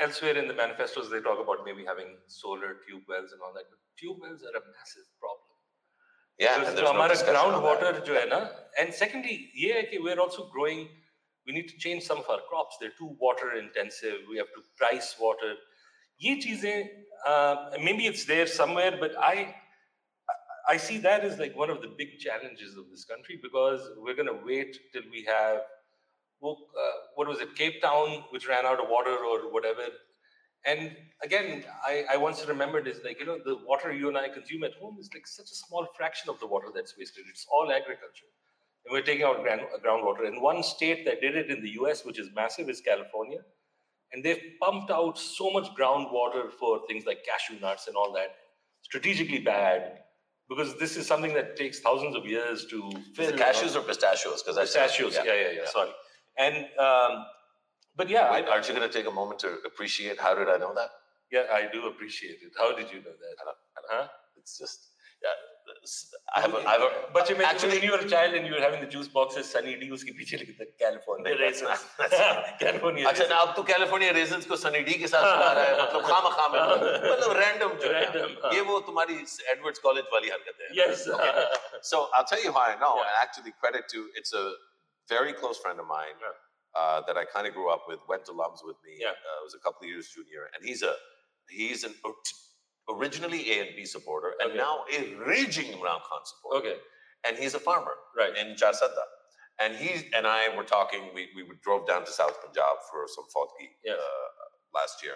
S2: elsewhere in the manifestos they talk about maybe having solar tube wells and all that but tube wells are a massive problem
S1: Yeah. and
S2: because
S1: there's no
S2: हमारा
S1: discussion on that.
S2: groundwater जो है ना and secondly ये है कि we're also growing we need to change some of our crops they're too water intensive we have to price water ये चीजें uh, maybe it's there somewhere but I I see that as like one of the big challenges of this country because we're going to wait till we have wo- uh, what was it Cape Town which ran out of water or whatever and again, I, I once remembered is like, you know, the water you and I consume at home is like such a small fraction of the water that's wasted. It's all agriculture. And we're taking out ground, groundwater. And one state that did it in the US, which is massive, is California. And they've pumped out so much groundwater for things like cashew nuts and all that, strategically bad, because this is something that takes thousands of years to
S1: Is
S2: fill.
S1: it cashews or pistachios? Because
S2: Pistachios. Yeah, yeah, yeah. Sorry. And, um, but yeah, I,
S1: aren't you going to take a moment to appreciate how did I know that?
S2: yeah, I do appreciate it. How did you know that?
S1: I don't-
S2: Huh?
S1: It's just yeah. it's- I have a, I have a,
S2: but you actually,
S1: actually
S2: when you were a child and you were having the juice boxes, Sunny D उसके पीछे लिखता California.
S1: That's not-
S2: California.
S1: अच्छा ना अब तो California रेजन्स को Sunny D के साथ सुना रहा है मतलब खाम खाम मतलब रैंडम जो है
S2: Random, हाँ।
S1: ये वो तुम्हारी एडवर्ड्स कॉलेज वाली हरकतें हैं
S2: Yes.
S1: So I'll tell you how I know,
S2: Yeah.
S1: and actually credit to it's a very close friend of mine
S2: Yeah.
S1: uh, that I kind of grew up with, went to Lums with me,
S2: Yeah.
S1: uh, was a couple of years junior, and he's a he's an o- originally A and B supporter and
S2: Okay.
S1: now a raging Imran Khan supporter,
S2: okay.
S1: and he's a farmer
S2: Right.
S1: in Jarsadda. And he and I were talking. We we drove down to South Punjab for some fodgi
S2: Yes.
S1: uh, last year,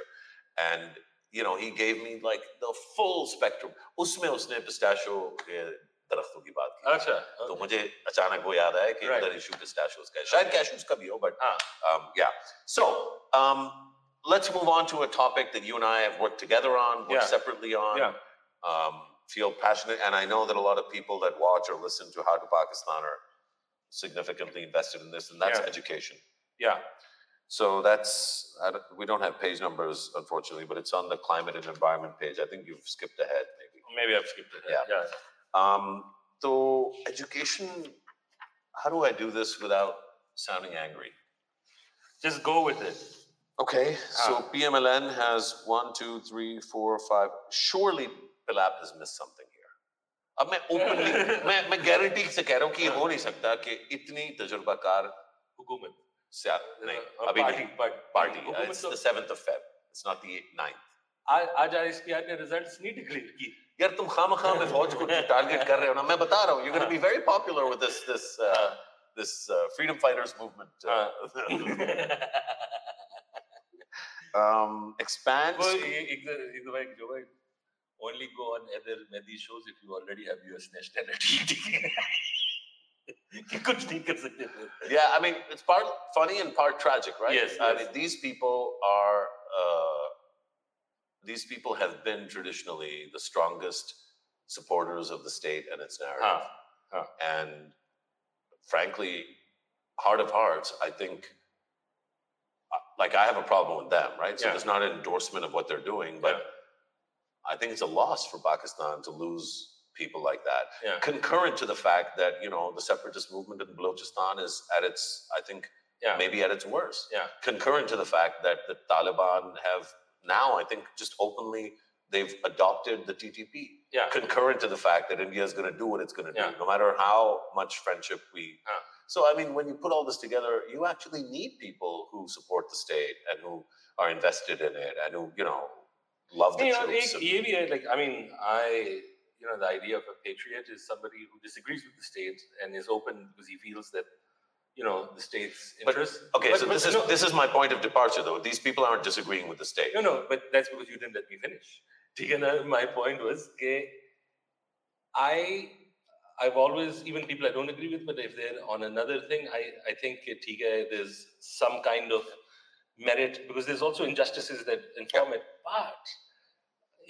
S1: and you know he gave me like the full spectrum. उसमें उसने pistachio के दरख्तों की बात की।
S2: अच्छा.
S1: तो मुझे अचानक वो याद आया कि
S2: Right.
S1: इधर इशू पिस्ताशियोज का है। शायद
S2: Okay.
S1: cashews का भी हो, but
S2: हाँ.
S1: um, yeah. So um, let's move on to a topic that you and I have worked together on, worked
S2: Yeah.
S1: separately on.
S2: Yeah.
S1: Um, feel passionate, and I know that a lot of people that watch or listen to How to Pakistan are significantly invested in this, and that's
S2: Yeah.
S1: education.
S2: Yeah.
S1: So that's I don't, we don't have page numbers unfortunately, but it's on the climate and environment page. I think you've skipped ahead maybe.
S2: Maybe I've skipped it.
S1: Yeah.
S2: Yeah.
S1: Um, so education, how do I do this without sounding angry?
S2: Just go with it.
S1: Okay,
S2: Ah.
S1: so PMLN has one, two, three, four, five. Surely Pilap has missed something here. अब मैं openly, मैं मैं guarantee से कह रहा हूँ कि ये हो नहीं सकता कि इतनी तजुर्बाकार
S2: हुकूमत.
S1: से नहीं
S2: Uh,
S1: अभी
S2: party.
S1: नहीं
S2: Party.
S1: पार्टी
S2: हुकूमत
S1: it's
S2: तो-
S1: the seventh of Feb it's not the ninth
S2: आज आज आईएसपीआर ने रिजल्ट्स नहीं डिक्लेयर की.
S1: यार तुम खाम खाम में फौज को टारगेट कर रहे हो ना मैं बता रहा हूँ you're going to be very popular with this this uh, this uh, freedom fighters movement uh, um, expands
S2: Well, e- exa- either way, Joe Biden, only go on other Mehdi shows if you already have US nationality. कि कुछ नहीं कर सकते फिर।
S1: yeah i mean it's part funny and part tragic right
S2: Yes,
S1: i
S2: yes.
S1: mean these people are uh, these people have been traditionally the strongest supporters of the state and its narrative
S2: हाँ, हाँ.
S1: and frankly, heart of hearts, I think, uh, like I have a problem with them, right? So
S2: Yeah.
S1: it's not an endorsement of what they're doing, but I think it's a loss for Pakistan to lose people like that.
S2: Yeah.
S1: Concurrent to the fact that you know the separatist movement in Balochistan is at its, I think,
S2: Yeah.
S1: maybe at its worst.
S2: Yeah.
S1: Concurrent to the fact that the Taliban have now, I think, just openly they've adopted the TTP.
S2: Yeah.
S1: Concurrent to the fact that India is going to do what it's going to
S2: Yeah.
S1: do, no matter how much friendship we.
S2: Yeah.
S1: So I mean, when you put all this together, you actually need people who support the state and who are invested in it and who you know love the
S2: you know,
S1: troops.
S2: एक
S1: and-
S2: ये भी है like
S1: uh, I
S2: I mean
S1: mean, I, you know, the idea of a patriot is somebody who disagrees with the state and is open because he feels that, you know, the state's
S2: But-
S1: interest. okay,
S2: but-
S1: so
S2: but
S1: this is
S2: no-
S1: this is my point of departure, though. These people aren't disagreeing with the state.
S2: no no but
S1: that's because you didn't let me finish.
S2: ठीक है ना my point was कि I I've always even people I don't agree with but if they're on another thing I I think कि ठीक है there's some kind of merit because there's also injustices that inform it but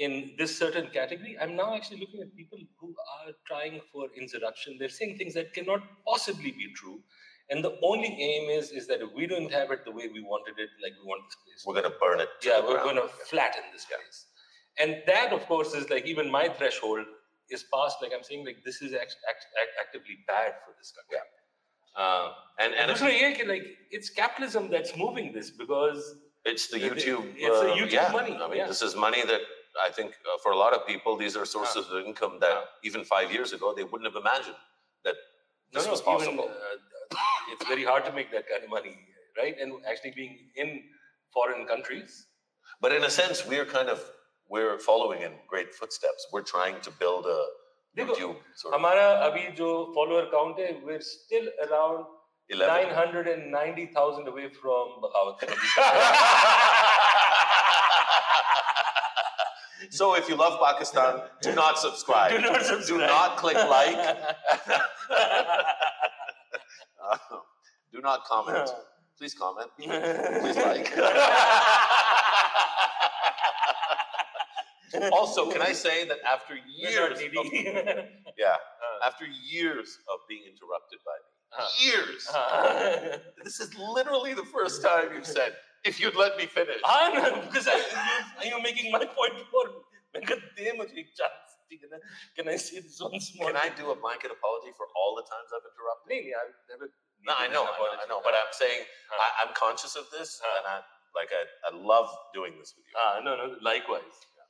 S2: in this certain category I'm now actually looking at people who are trying for insurrection they're saying things that cannot possibly be true and the only aim is is that if we don't have it the way we wanted it like we want this place
S1: We're gonna burn it. to
S2: yeah,
S1: the
S2: we're
S1: ground.
S2: going to flatten this place. And that, of course, is like even my threshold is past. Like I'm saying, like this is act, act, act, actively bad for this country. Uh,
S1: And
S2: and
S1: and
S2: also, yeah, ki- like it's capitalism that's moving this because
S1: It's the
S2: It- it-
S1: YouTube.
S2: it's the
S1: uh,
S2: YouTube
S1: yeah,
S2: money,
S1: I mean,
S2: yeah.
S1: this is money that I think uh, for a lot of people, these are sources of income that even five years ago they wouldn't have imagined that
S2: no,
S1: this
S2: no,
S1: was
S2: even,
S1: possible.
S2: uh, it's very hard to make that kind of money, right? And actually being in foreign countries,
S1: but in a sense, we are kind of we're following in great footsteps. We're trying to build a
S2: देखो,
S1: YouTube sort of
S2: हमारा अभी जो follower count है, we're still around
S1: eleven.
S2: 990,000 away from Bagawat.
S1: so if you love Pakistan, do not subscribe.
S2: Do not subscribe.
S1: Do not click like. Um, do not comment. Please comment. Please like. also, can I say that after years of, yeah, after years of being interrupted by me,
S2: Uh-huh.
S1: years.
S2: Uh,
S1: This is literally the first time you've said, "If you'd let me finish."
S2: I'm because I, you, you're making my point for me. मैं कहा, दे मुझे एक chance, ठीक है ना? Can I say this once more?
S1: Can I do a blanket apology for all the times I've interrupted?
S2: नहीं नहीं I've never.
S1: No, I know, I know, I know, but I'm saying I, I'm conscious of this,
S2: Uh-huh.
S1: and I like I, I love doing this with you.
S2: Ah, no, no, likewise.
S1: Ah.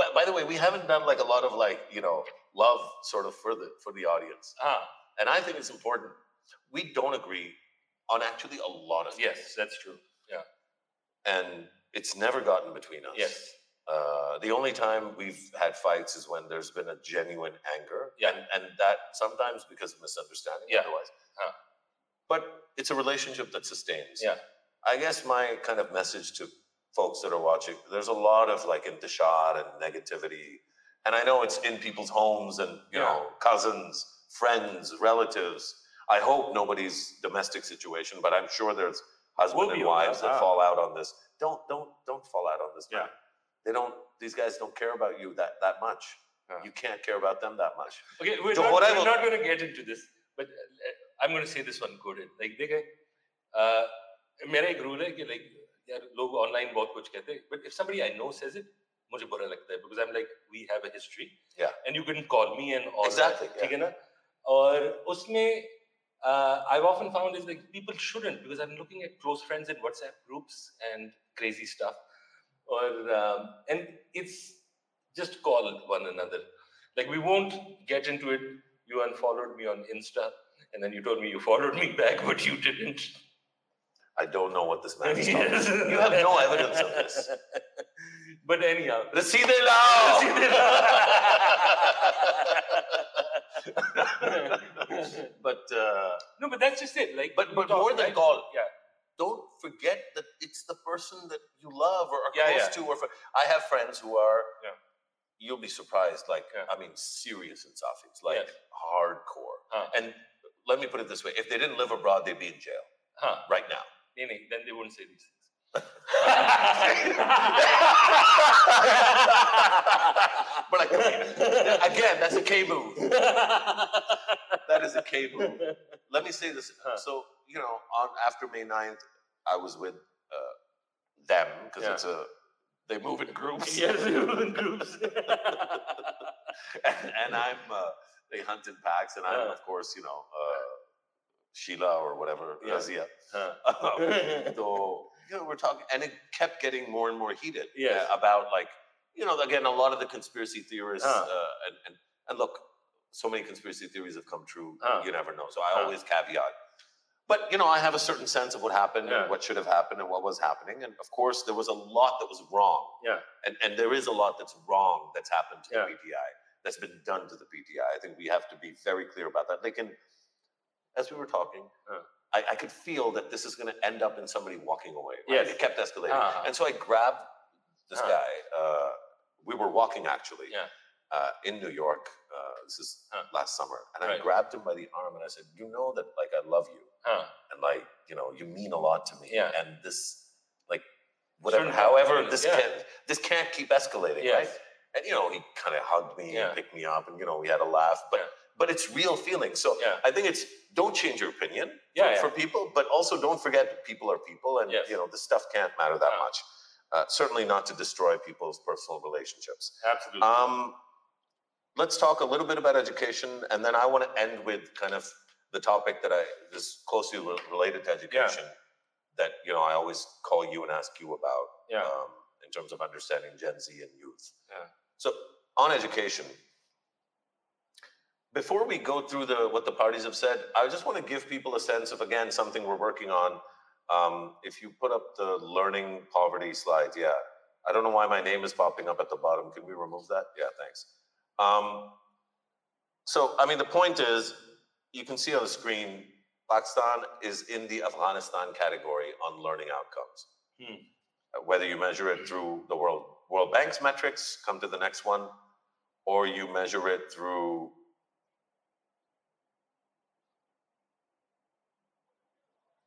S1: Well, by the way, we haven't done like a lot of like you know love sort of for the for the audience,
S2: Ah,
S1: and I think it's important. We don't agree on actually a lot of
S2: yes, that's true.
S1: things, and it's never gotten between us.
S2: Yes.
S1: Uh, the only time we've had fights is when there's been a genuine anger,
S2: Yeah.
S1: and, and that sometimes because of misunderstanding.
S2: Yeah.
S1: Otherwise,
S2: Huh.
S1: but it's a relationship that sustains.
S2: Yeah.
S1: I guess my kind of message to folks that are watching, there's a lot of like intishar and negativity, and I know it's in people's homes and you
S2: Yeah.
S1: know cousins, friends, relatives. I hope nobody's domestic situation, but I'm sure there's husband
S2: Will be
S1: and
S2: on
S1: wives
S2: that,
S1: that
S2: huh?
S1: fall out on this. Don't don't don't fall out on this. man.
S2: Yeah.
S1: They don't. These guys don't care about you that that much.
S2: Yeah.
S1: You can't care about them that much.
S2: Okay, we're
S1: So
S2: not,
S1: what I
S2: we're
S1: will-
S2: not going to get into this, but uh, I'm going to say this one quoted. Like, देखे, uh, मेरा एक rule है कि like यार लोग online बहुत कुछ कहते हैं, but if somebody I know says it, मुझे बुरा लगता है because I'm like we have a history.
S1: Yeah.
S2: And you can call me and all.
S1: Exactly,
S2: That, ठीक है ना? और उसमें uh, I've often found is like people shouldn't because I'm looking at close friends in WhatsApp groups and crazy stuff, or um, and it's just call one another. Like we won't get into it. You unfollowed me on Insta, and then you told me you followed me back, but you didn't.
S1: I don't know what this man is talking.
S2: Yes.
S1: about. You have no evidence of this.
S2: But anyhow,
S1: Receive now. but uh,
S2: no, but that's just it. Like,
S1: But-
S2: we
S1: but
S2: talk,
S1: more than
S2: right?
S1: call.
S2: yeah,
S1: don't forget that it's the person that you love or are
S2: Yeah,
S1: close
S2: yeah.
S1: to. Or fr- I have friends who are.
S2: Yeah.
S1: You'll be surprised. Like
S2: Yeah.
S1: I mean, serious insafis, like
S2: Yes.
S1: hardcore.
S2: Huh.
S1: And let me put it this way: if they didn't live abroad, they'd be in jail
S2: huh?
S1: right now.
S2: Nee, nee, then they wouldn't say these things.
S1: but I can again, that's a K move. That that is a K move. Let me say this.
S3: Huh.
S1: So you know, on after May 9th, I was with uh, them because
S3: Yeah.
S1: it's a they move in groups,
S3: yes, you were in groups.
S1: and, and I'm uh, they hunt in packs, and I'm
S3: Uh.
S1: of course you know uh, Sheila or whatever
S3: Yeah.
S1: Razia.
S3: Huh.
S1: Um, so you know, we're talking, and it kept getting more and more heated.
S3: Yes.
S1: uh, about like you know again a lot of the conspiracy theorists
S3: Huh.
S1: uh, and, and and look, so many conspiracy theories have come true.
S3: Huh.
S1: You never know. So I
S3: Huh.
S1: always caveat. But you know, I have a certain sense of what happened
S3: Yeah.
S1: and what should have happened and what was happening. And of course, there was a lot that was wrong.
S3: Yeah.
S1: And and there is a lot that's wrong that's happened to
S3: Yeah.
S1: the PTI. That's been done to the PTI. I think we have to be very clear about that. They can, as we were talking,
S3: Huh.
S1: I, I could feel that this is going to end up in somebody walking away. Right?
S3: Yes.
S1: It kept escalating.
S3: Ah.
S1: And so I grabbed this
S3: Ah.
S1: guy. Uh, we were walking actually
S3: Yeah.
S1: uh, in New York. Uh, this is
S3: Huh.
S1: last summer. And
S3: Right.
S1: I grabbed him by the arm and I said, You know that like I love you.
S3: Huh.
S1: And like, you know, you mean a lot to me.
S3: Yeah.
S1: And this, like, whatever,
S3: Shouldn't have
S1: however,
S3: happened,
S1: this,
S3: yeah.
S1: can't, this can't keep escalating. Right?
S3: Yes.
S1: and you know he kind of hugged me
S3: Yeah.
S1: and picked me up and you know we had a laugh but
S3: Yeah.
S1: but it's real feelings so
S3: Yeah.
S1: i think it's don't change your opinion
S3: Yeah,
S1: for,
S3: yeah.
S1: for people but also don't forget people are people and
S3: Yes.
S1: you know this stuff can't matter that
S3: Yeah.
S1: much uh, certainly not to destroy people's personal relationships
S3: Absolutely.
S1: um, let's talk a little bit about education, and then I want to end with kind of the topic that I is closely re- related to education that you know I always call you and ask you about
S3: Yeah.
S1: um, in terms of understanding Gen Z and youth.
S3: Yeah.
S1: So on education. Before we go through the what the parties have said, I just want to give people a sense of again something we're working on. Um, if you put up the learning poverty slide, yeah, I don't know why my name is popping up at the bottom. Can we remove that? Yeah, thanks. Um, so, I mean, the point is, you can see on the screen, Pakistan is in the Afghanistan category on learning outcomes.
S3: Hmm.
S1: Uh, Whether you measure it through the World World Bank's metrics, come to the next one, or you measure it through.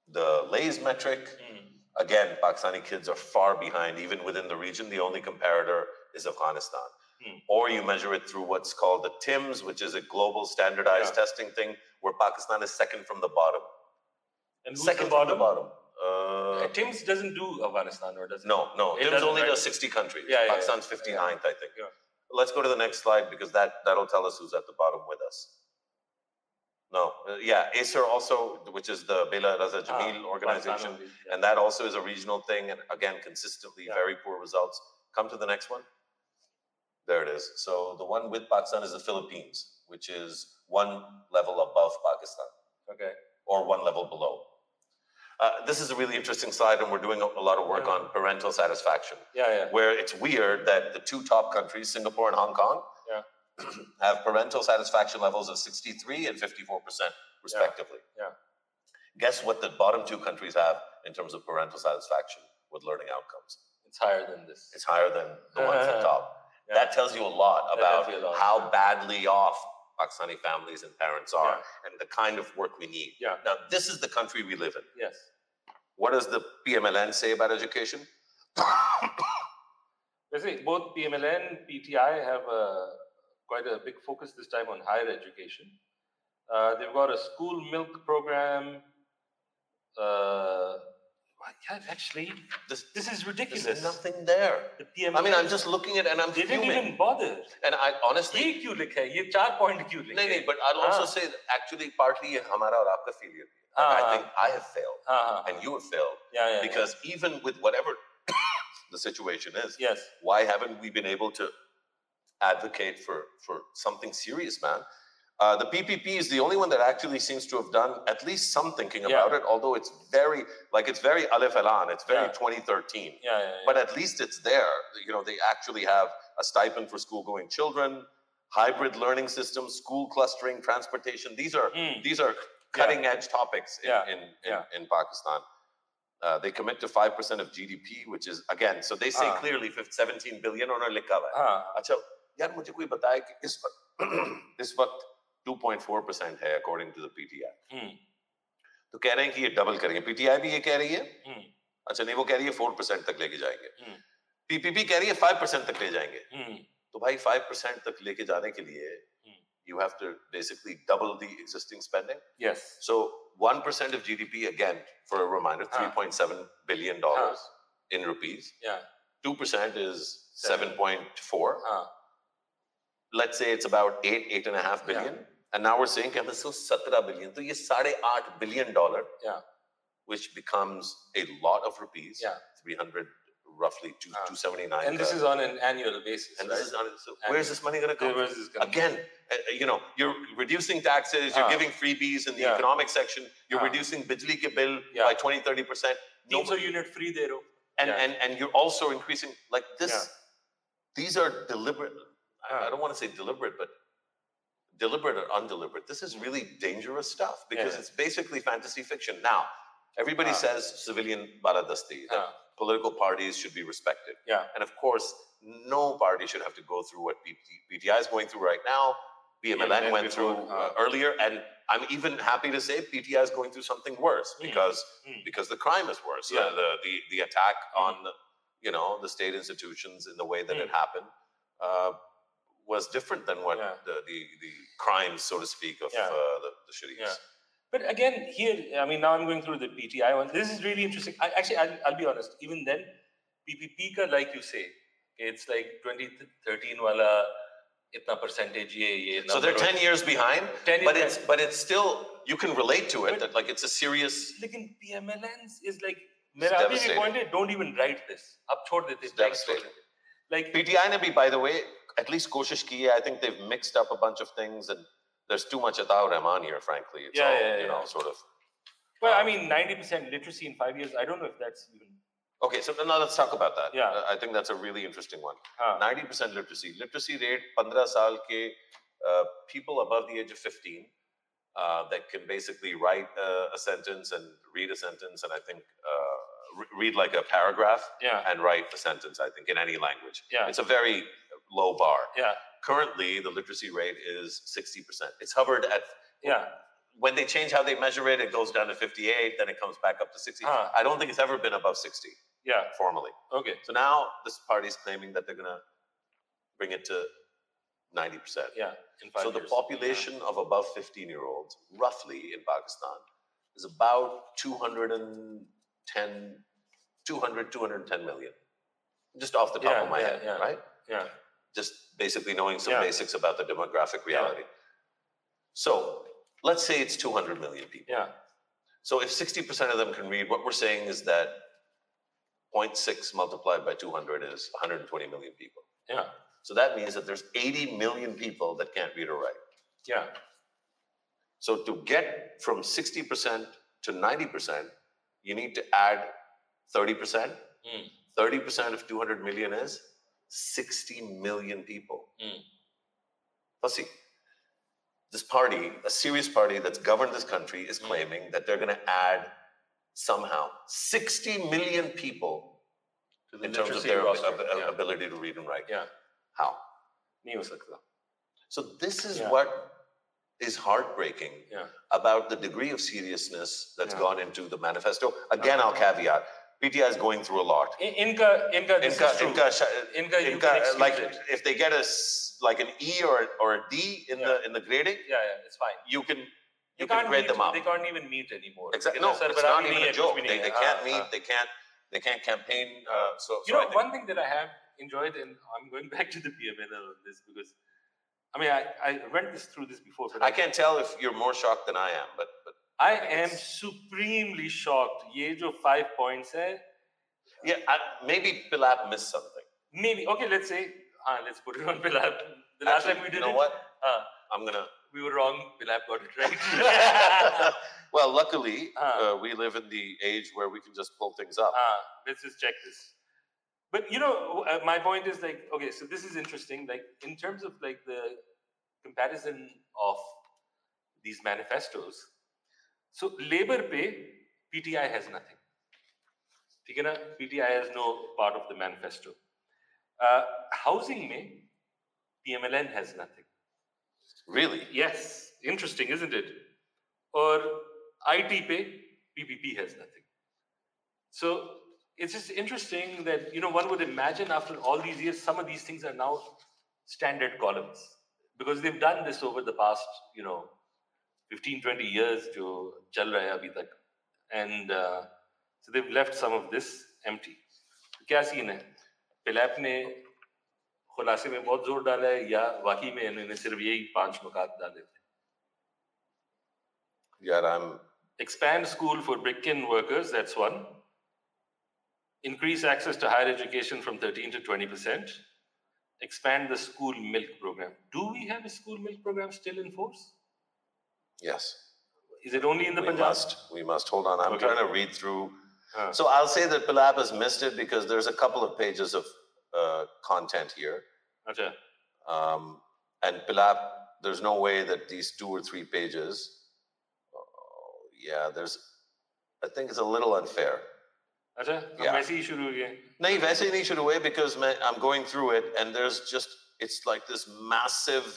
S1: The Lay's metric,
S3: Mm.
S1: again, Pakistani kids are far behind, even within the region. The only comparator is Afghanistan.
S3: Hmm.
S1: Or you measure it through what's called the TIMS, which is a global standardized testing thing, where Pakistan is second from the bottom.
S3: And who's
S1: Second
S3: the bottom?
S1: from the bottom. Uh,
S3: Uh, Tim's doesn't do Afghanistan, or does it?
S1: no, no.
S3: It
S1: TIMS
S3: doesn't,
S1: only
S3: right?
S1: does 60 countries.
S3: Yeah, yeah, yeah.
S1: Pakistan's 59th, I think.
S3: Yeah.
S1: Let's go to the next slide because that, that'll tell us who's at the bottom with us. No, uh, yeah, ACER also, which is the Bela Raza
S3: Ah,
S1: Jamil organization.
S3: Pakistan only, yeah.
S1: And that also is a regional thing, and again, consistently
S3: Yeah.
S1: very poor results. Come to the next one. There it is. So the one with Pakistan is the Philippines, which is one level above Pakistan
S3: Okay.
S1: or one level below. Uh, this is a really interesting slide, and we're doing a, a lot of work
S3: Yeah.
S1: on parental satisfaction,
S3: Yeah, yeah.
S1: where it's weird that the two top countries, Singapore and Hong Kong,
S3: Yeah.
S1: have parental satisfaction levels of 63 and 54 percent, respectively.
S3: yeah.
S1: Guess what the bottom two countries have in terms of parental satisfaction with learning outcomes?
S3: It's higher than this.
S1: It's higher than the ones at the top.
S3: Yeah.
S1: That tells you a lot
S3: That tells
S1: about
S3: you a lot,
S1: how
S3: yeah.
S1: badly off Pakistani families and parents are
S3: Yeah.
S1: and the kind of work we need.
S3: Yeah.
S1: Now, this is the country we live in.
S3: Yes.
S1: What does the PMLN say about education?
S3: Basically, both PMLN, PTI have a, quite a big focus this time on higher education. Uh, they've got a school milk program. Uh, what- yeah, actually,
S1: This,
S3: this is
S1: there's
S3: ridiculous.
S1: nothing there.
S3: The PMLN,
S1: I mean, I'm just looking at it and I'm
S3: they didn't
S1: fuming.
S3: even bother.
S1: And I honestly,
S3: ये क्यों लिखा है? ये चार point क्यों लिखा
S1: no, no,
S3: है?
S1: but I'll also
S3: हाँ.
S1: say that actually partly ये हमारा और आपका failure. Like,
S3: हाँ,
S1: I think I have failed
S3: हाँ, हाँ, हाँ.
S1: and you have failed
S3: ah, Yeah, Ah. yeah, yeah.
S1: because even with whatever the situation is,
S3: yes,
S1: why haven't we been able to advocate for for something serious man uh, the ppp is the only one that actually seems to have done at least some thinking
S3: Yeah.
S1: about it although it's very like it's very alif elan it's very
S3: Yeah.
S1: 2013
S3: yeah, yeah, yeah.
S1: but at least it's there you know they actually have a stipend for school going children hybrid learning systems school clustering transportation these are
S3: Mm.
S1: these are cutting edge topics in,
S3: Yeah,
S1: in, in,
S3: yeah.
S1: in Pakistan. Uh, they commit to 5% of GDP, which is, again, so they say
S3: हाँ.
S1: clearly fif- 17 billion उन्होंने लिखा हुआ है
S3: हाँ, हाँ,
S1: अच्छा यार मुझे कोई बताए कि इस वक्त इस वक्त 2.4% है अकॉर्डिंग टू द पीटीआई
S3: हम्म,
S1: तो कह रहे हैं कि ये डबल करेंगे पीटीआई भी ये कह रही है
S3: हम्म,
S1: अच्छा नहीं वो कह रही है 4% तक लेके जाएंगे
S3: हम्म. hmm,
S1: पीपीपी कह रही है 5% तक ले जाएंगे
S3: हम्म,
S1: तो भाई 5% तक लेके जाने के लिए ये you have to basically double the existing spending.
S2: Yes.
S1: So 1% of GDP, again, for a reminder,
S3: हाँ।
S2: Huh.
S1: $3.7 billion dollars in rupees.
S2: Yeah.
S1: 2% is
S2: Seven.
S1: 7.4.
S2: Huh.
S1: Let's say it's about 8, 8.5
S2: Yeah.
S1: billion. And now we're saying, okay, this is 17 billion. So this is $8 billion dollar,
S2: Yeah.
S1: which becomes a lot of rupees.
S2: Yeah.
S1: 300, roughly two,
S2: Huh.
S1: 279.
S2: And this
S1: uh,
S2: is on an annual basis,
S1: and
S2: right?
S1: this is not, so
S2: And
S1: where's this money going to come?
S2: Where is this coming
S1: Again, uh, uh, you know, you're reducing taxes, you're
S2: Ah.
S1: giving freebies in the
S2: Yeah.
S1: economic section, you're
S2: Ah.
S1: reducing bijli ke bill
S2: Yeah.
S1: by 20, 30 percent.
S2: from? 300 unit free there.
S1: and,
S2: yeah.
S1: and and you're also increasing like this.
S2: Yeah.
S1: These are deliberate. I- I
S2: Ah.
S1: don't want to say deliberate, but deliberate or undeliberate. This is really dangerous stuff because
S2: Yeah.
S1: it's basically fantasy fiction. Now, everybody
S2: Ah.
S1: says civilian baradasti that
S2: Ah.
S1: political parties should be respected.
S2: Yeah.
S1: And of course, no party should have to go through what PT, PTI is going through right now. BMLN
S2: BMLN
S1: went
S2: before,
S1: through
S2: uh,
S1: uh, earlier, and I'm even happy to say PTI is going through something worse
S2: Mm,
S1: because
S2: mm.
S1: because the crime is worse. The-
S2: Yeah.
S1: The, the the attack
S2: Mm.
S1: on you know the state institutions in the way that it
S2: Mm.
S1: happened uh, was different than what
S2: Yeah.
S1: the, the the crimes, so to speak, of
S2: Yeah.
S1: uh, the, the shitties.
S2: Yeah. But again, here, I mean, now I'm going through the PTI one. This is really interesting. I, actually, I'll, I'll be honest. Even then, PPP ka, like you say, it's like 2013 wala itna percentage ye, ye
S1: So they're
S2: number
S1: ten years behind,
S2: 10
S1: but
S2: years
S1: it's but it's still you can relate to it
S2: But-
S1: that like it's a serious.
S2: of- लेकिन PMLNs is like मेरा अभी भी
S1: devastating.
S2: point है don't even write this अब छोड़ देते
S1: It's
S2: blank छोड़
S1: devastating.
S2: देते like
S1: PTI ne bhi, by the way, at least koshish ki hai. I think they've mixed up a bunch of things, and there's too much Ataur Rahman here, frankly. It's
S2: Yeah,
S1: all,
S2: yeah,
S1: you know,
S2: yeah.
S1: sort of.
S2: well I mean 90% literacy in 5 years I don't know if that's even
S1: Okay, so now let's talk about that.
S2: Yeah.
S1: I think that's a really interesting one.
S2: हाँ
S1: 90% literacy. Literacy rate, 15 saal ke uh, people above the age of 15 uh, that can basically write uh, a sentence and read a sentence and I think uh, re- read like a paragraph
S2: yeah
S1: and write a sentence, I think, in any language.
S2: Yeah.
S1: It's a very low bar.
S2: yeah
S1: Currently, the literacy rate is 60%. It's hovered at,
S2: yeah
S1: when they change how they measure it, it goes down to 58, then it comes back up to 60.
S2: Huh.
S1: I don't think it's ever been above 60
S2: yeah
S1: formally.
S2: okay
S1: So now this party's claiming that they're going to bring it to 90%.
S2: yeah in 5
S1: so the
S2: years.
S1: population of above 15 year olds, roughly in Pakistan, is about 210, 200, 210 million. Just off the top
S2: Yeah,
S1: of my
S2: yeah,
S1: head,
S2: yeah.
S1: right?
S2: yeah
S1: Just basically knowing some
S2: Yeah.
S1: basics about the demographic reality. So let's say it's 200 million people.
S2: yeah
S1: So if 60% of them can read, what we're saying is that 0.6 multiplied by 200 is 120 million people.
S2: yeah
S1: So that means that there's 80 million people that can't read or write.
S2: yeah
S1: So to get from 60% to 90%, you need to add 30%.
S2: Mm.
S1: 30% of 200 million is 60 million people.
S2: Mm.
S1: Let's see. This party, a serious party that's governed this country, is
S2: Mm.
S1: claiming that they're going to add somehow 60 million people
S2: To the
S1: in terms of
S2: literacy
S1: their ab-
S2: roster,
S1: ab-
S2: yeah.
S1: ability to read and write.
S2: Yeah.
S1: How?
S2: नहीं हो सकता
S1: So this is
S2: Yeah.
S1: what is heartbreaking
S2: Yeah.
S1: about the degree of seriousness that's
S2: Yeah.
S1: gone into the manifesto. Again, I'll caveat: PTI is going through a lot.
S2: In- इनका इनका this
S1: Inca,
S2: is true.
S1: Inca, sh-
S2: Inca, you
S1: Inca, uh,
S2: can excuse
S1: like
S2: it.
S1: if they get a s- like an E or or a D in the in the grading,
S2: yeah yeah it's fine
S1: you can you,
S2: you
S1: can
S2: can't
S1: grade
S2: meet,
S1: them up.
S2: they can't even meet anymore
S1: Exactly.
S2: इतना
S1: No, it's
S2: सरबराह
S1: not
S2: भी
S1: even a
S2: नहीं है, कुछ
S1: joke.
S2: भी
S1: They,
S2: नहीं
S1: they
S2: है। हाँ,
S1: can't meet.
S2: हाँ.
S1: They can't. They can't campaign. Uh, so,
S2: Uh, you
S1: so I
S2: know
S1: think-
S2: one thing that i have enjoyed and i'm going back to the pmnl on this because i mean i, I went this through this before but
S1: I can't tell if you're more shocked than I am, but but
S2: i
S1: think
S2: am
S1: it's-
S2: supremely shocked ye jo five points hai
S1: yeah, I, maybe Pilap missed something.
S2: maybe okay let's say ah, let's put it on Pilab. the last
S1: Actually,
S2: time we did
S1: you know
S2: it
S1: what?
S2: ah,
S1: I'm gonna.
S2: we were wrong Pilab got it right
S1: well, luckily,
S2: Uh.
S1: uh, we live in the age where we can just pull things up.
S2: Ah, let's just check this. But you know, uh, my point is like, okay, so this is interesting. Like in terms of like the comparison of these manifestos. So labor pay, PTI has nothing. ठीक है ना? PTI has no part of the manifesto. Uh, housing में PMLN has nothing.
S1: Really?
S2: Yes, interesting, isn't it? Or IT pay, PPP has nothing. So it's just interesting that you know one would imagine after all these years, some of these things are now standard columns because they've done this over the past, you know, 15, 20 years to chal raha abhi tak. And uh, so they've left some of this empty. क्या scene है पिलैप ने खुलासे में बहुत जोर डाला है या वाकई में इन्होंने सिर्फ यही पांच मकात डाले थे
S1: Yet I'm
S2: expand school for Brickin workers, that's one. Increase access to higher education from 13 to 20%. Expand the school milk program. Do we have a school milk program still in force?
S1: yes.
S2: Is it only in the
S1: We
S2: Punjab?
S1: must we must hold on. I'm
S2: Okay.
S1: trying to read through.
S2: Huh.
S1: So I'll say that Pilap has missed it because there's a couple of pages of uh, content here.
S2: Acha.
S1: Um, and Pilap, there's no way that these two or three pages. Oh, yeah, there's. I think it's a little unfair.
S2: Acha. हम
S1: Yeah.
S2: ऐसे ही शुरू हो गए।
S1: नहीं वैसे ही नहीं शुरू हुए because मैं I'm going through it and there's just it's like this massive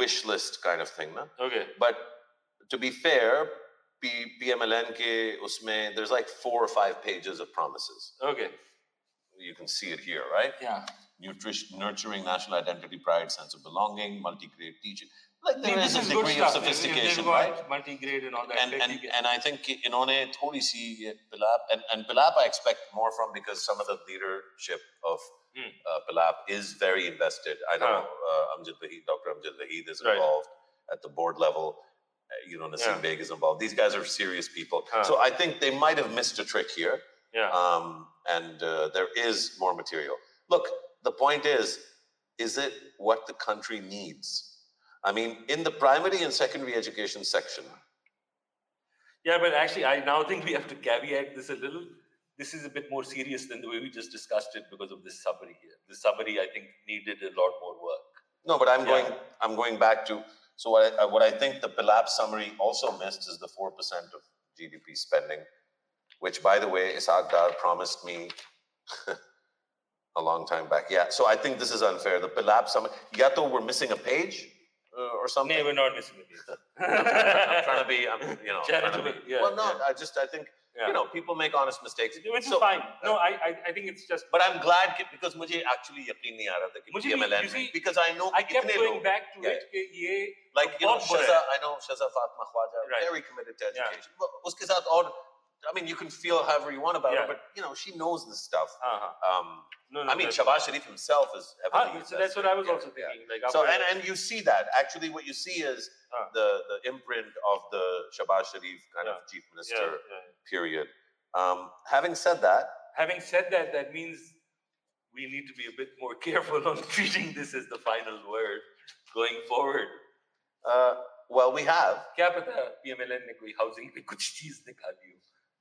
S1: wish list kind of thing ना
S2: Okay.
S1: but to be fair P- PMLN के उसमें there's like four or five pages of promises
S2: Okay.
S1: you can see it here right
S2: Yeah.
S1: nutrition nurturing national identity pride sense of belonging multi-grade teaching like there
S2: this
S1: is a
S2: is good
S1: degree of
S2: stuff. If- if they've
S1: sophistication
S2: got
S1: right
S2: Multi-grade and all that.
S1: and
S2: then
S1: and
S2: we can-
S1: and I think कि इन्होंने थोड़ी सी ये Pilap and and Pilap I expect more from because some of the leadership of
S2: Hmm.
S1: uh, Pilap is very invested. I know
S2: हाँ.
S1: uh, Amjad Lahid, Dr. Amjad Lahid is
S2: Right.
S1: involved at the board level. Uh, You know, Naseem
S2: Yeah.
S1: Beg is involved. These guys are serious people.
S2: हाँ.
S1: So I think they might have missed a trick here.
S2: yeah.
S1: Um, and uh, there is more material. Look, the point is, is it what the country needs? I mean, in the primary and secondary education section,
S2: Yeah, but actually, I now think we have to caveat this a little. This is a bit more serious than the way we just discussed it because of this summary here. The summary, I think, needed a lot more work.
S1: No, but I'm
S2: Yeah.
S1: going, I'm going back to, so what I, uh, what I think the Pilap summary also missed is the four percent of GDP spending, which by the way, Isaac Dar promised me a long time back. Yeah, so I think this is unfair. The Pilap summary, Yato, we're missing a page uh, or something.
S2: No, we're not missing it.
S1: I'm trying to be, I'm, you know, trying to be.
S2: Charitable, yeah,
S1: Well, no,
S2: yeah.
S1: I just, I think, you know, people make honest mistakes.
S2: which is
S1: So- uh,
S2: fine. No, I, I, I think it's just.
S1: But I'm glad कि- because मुझे actually यकीन नहीं आ रहा था कि
S2: मुझे भी,
S1: PMLN
S2: you see,
S1: because I know
S2: I kept
S1: कितने
S2: going
S1: लोग-
S2: back to
S1: Yeah.
S2: it. eh, कि ये
S1: Like, you know,
S2: बहुत बुरा
S1: Shaza,
S2: है।
S1: I know Shaza Fatma Khwaja,
S2: Right.
S1: very committed to
S2: Yeah.
S1: education. But उसके साथ और, I mean, you can feel however you want about
S2: Yeah.
S1: her, but, you know, she knows this stuff.
S2: हाँ, हाँ.
S1: Um,
S2: No, no,
S1: I mean,
S2: that's-
S1: Shabazz Sharif himself is
S2: हाँ,
S1: heavily
S2: Ah, so that's what I was
S1: invested,
S2: also
S1: yeah, yeah.
S2: thinking. Like,
S1: So,
S2: after-
S1: and, and you see that. Actually, what you see is
S2: Huh.
S1: the, the imprint of the Shabazz Sharif kind of chief
S2: yeah,
S1: minister
S2: yeah.
S1: period. Um, having said that,
S2: Having said that, that means we need to be a bit more careful on treating this as the final word going forward.
S1: uh, well, we have.
S2: क्या पता पीएमएलएन ने कोई housing पे कुछ चीज निकाली हो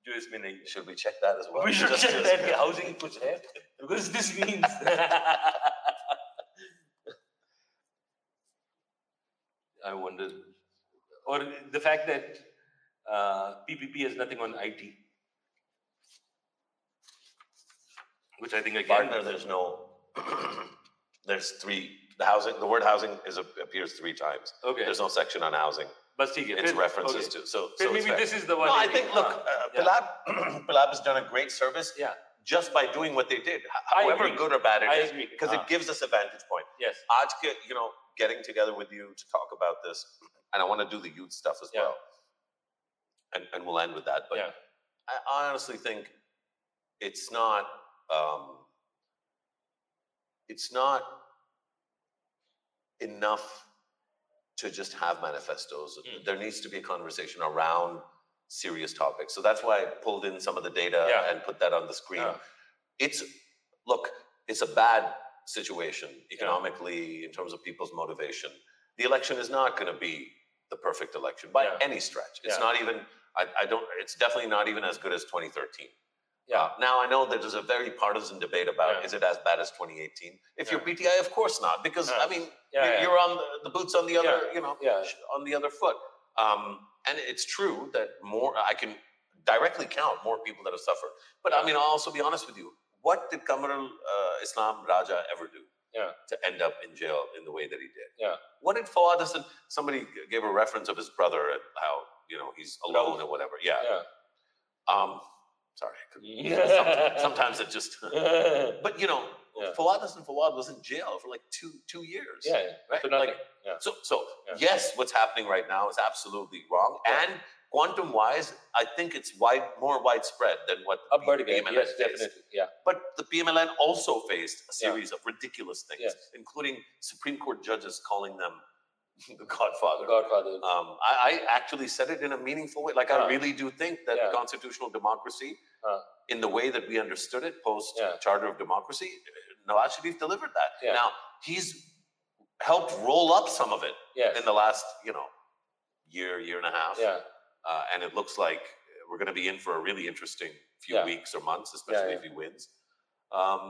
S2: जो इसमें नहीं है
S1: Should we check that as well?
S2: we should
S1: Just-
S2: check
S1: just-
S2: that कि housing कुछ है because this means I wonder or the fact that uh, PPP has nothing on IT which I think again
S1: Partner, there's no, there's three, the housing, the word housing is, appears three times.
S2: okay
S1: There's no section on housing.
S2: बस ठीक है
S1: It's
S2: फिर-
S1: references
S2: okay.
S1: to, so. so
S2: फिर
S1: it's
S2: maybe
S1: fair.
S2: this is the one
S1: No, I think,
S2: हाँ,
S1: look, uh,
S2: yeah.
S1: Pilab, Pilab has done a great service.
S2: Yeah.
S1: Just by doing what they did, h-
S2: I
S1: however
S2: agree.
S1: good or bad
S2: I
S1: it is,
S2: agree Ah.
S1: because
S2: हाँ,
S1: it gives us a vantage point.
S2: yes
S1: Aaj ke, you know, getting together with you to talk about this, and I want to do the youth stuff as
S2: Yeah.
S1: well. And, and we'll end with that, but
S2: Yeah.
S1: I I honestly think it's not, um, it's not enough to just have manifestos.
S2: Mm.
S1: There needs to be a conversation around serious topics. So that's why I pulled in some of the data
S2: Yeah.
S1: and put that on the screen.
S2: Yeah.
S1: It's, look, it's a bad situation economically in terms of people's motivation. The election is not going to be the perfect election by
S2: Yeah.
S1: any stretch. It's
S2: Yeah.
S1: not even, I, I don't, it's definitely not even as good as 2013.
S2: Yeah.
S1: Uh, now I know that there's a very partisan debate about
S2: Yeah.
S1: is it as bad as 2018? If you're
S2: Yeah.
S1: PTI, of course not, because
S2: Yeah.
S1: I mean,
S2: Yeah,
S1: you-
S2: yeah.
S1: you're on the, the boots on the other,
S2: Yeah.
S1: you know,
S2: Yeah.
S1: sh- on the other foot. Um, and it's true that more, I can directly count more people that have suffered. But I mean, I'll also be honest with you. What did Kamarul uh, Islam Raja ever do
S2: Yeah.
S1: to end up in jail in the way that he did?
S2: Yeah.
S1: What did Fawad Hassan? Somebody g- gave a reference of his brother and how you know he's alone or whatever. Yeah. Um, sorry. I couldn't-
S2: yeah
S1: Sometimes it just. But you know, Yeah. Fawad Hassan Fawad was in jail for like two two years.
S2: Yeah, yeah.
S1: right.
S2: For
S1: Like
S2: nothing. Yeah.
S1: so so
S2: Yeah.
S1: yes, what's happening right now is absolutely wrong.
S2: Yeah.
S1: And quantum wise, I think it's wide more widespread than what the
S2: Upward again,
S1: PMLN
S2: yes,
S1: faced.
S2: definitely. Yeah,
S1: But the PMLN also faced a
S2: Yeah.
S1: series of ridiculous things,
S2: Yes.
S1: including Supreme Court judges calling them the Godfather.
S2: Godfather.
S1: Um, I, I actually said it in a meaningful way. Like I
S2: Yeah.
S1: really do think that
S2: Uh. Yeah.
S1: constitutional democracy,
S2: Uh.
S1: in the way that we understood it post
S2: Yeah.
S1: Charter of Democracy, Nawaz Sharif delivered that.
S2: Yeah.
S1: Now he's helped roll up some of it
S2: Yes.
S1: in the last you know year, year and a half,
S2: Yeah.
S1: uh, and it looks like we're going to be in for a really interesting few
S2: Yeah.
S1: weeks or months, especially
S2: yeah.
S1: if he wins. Um,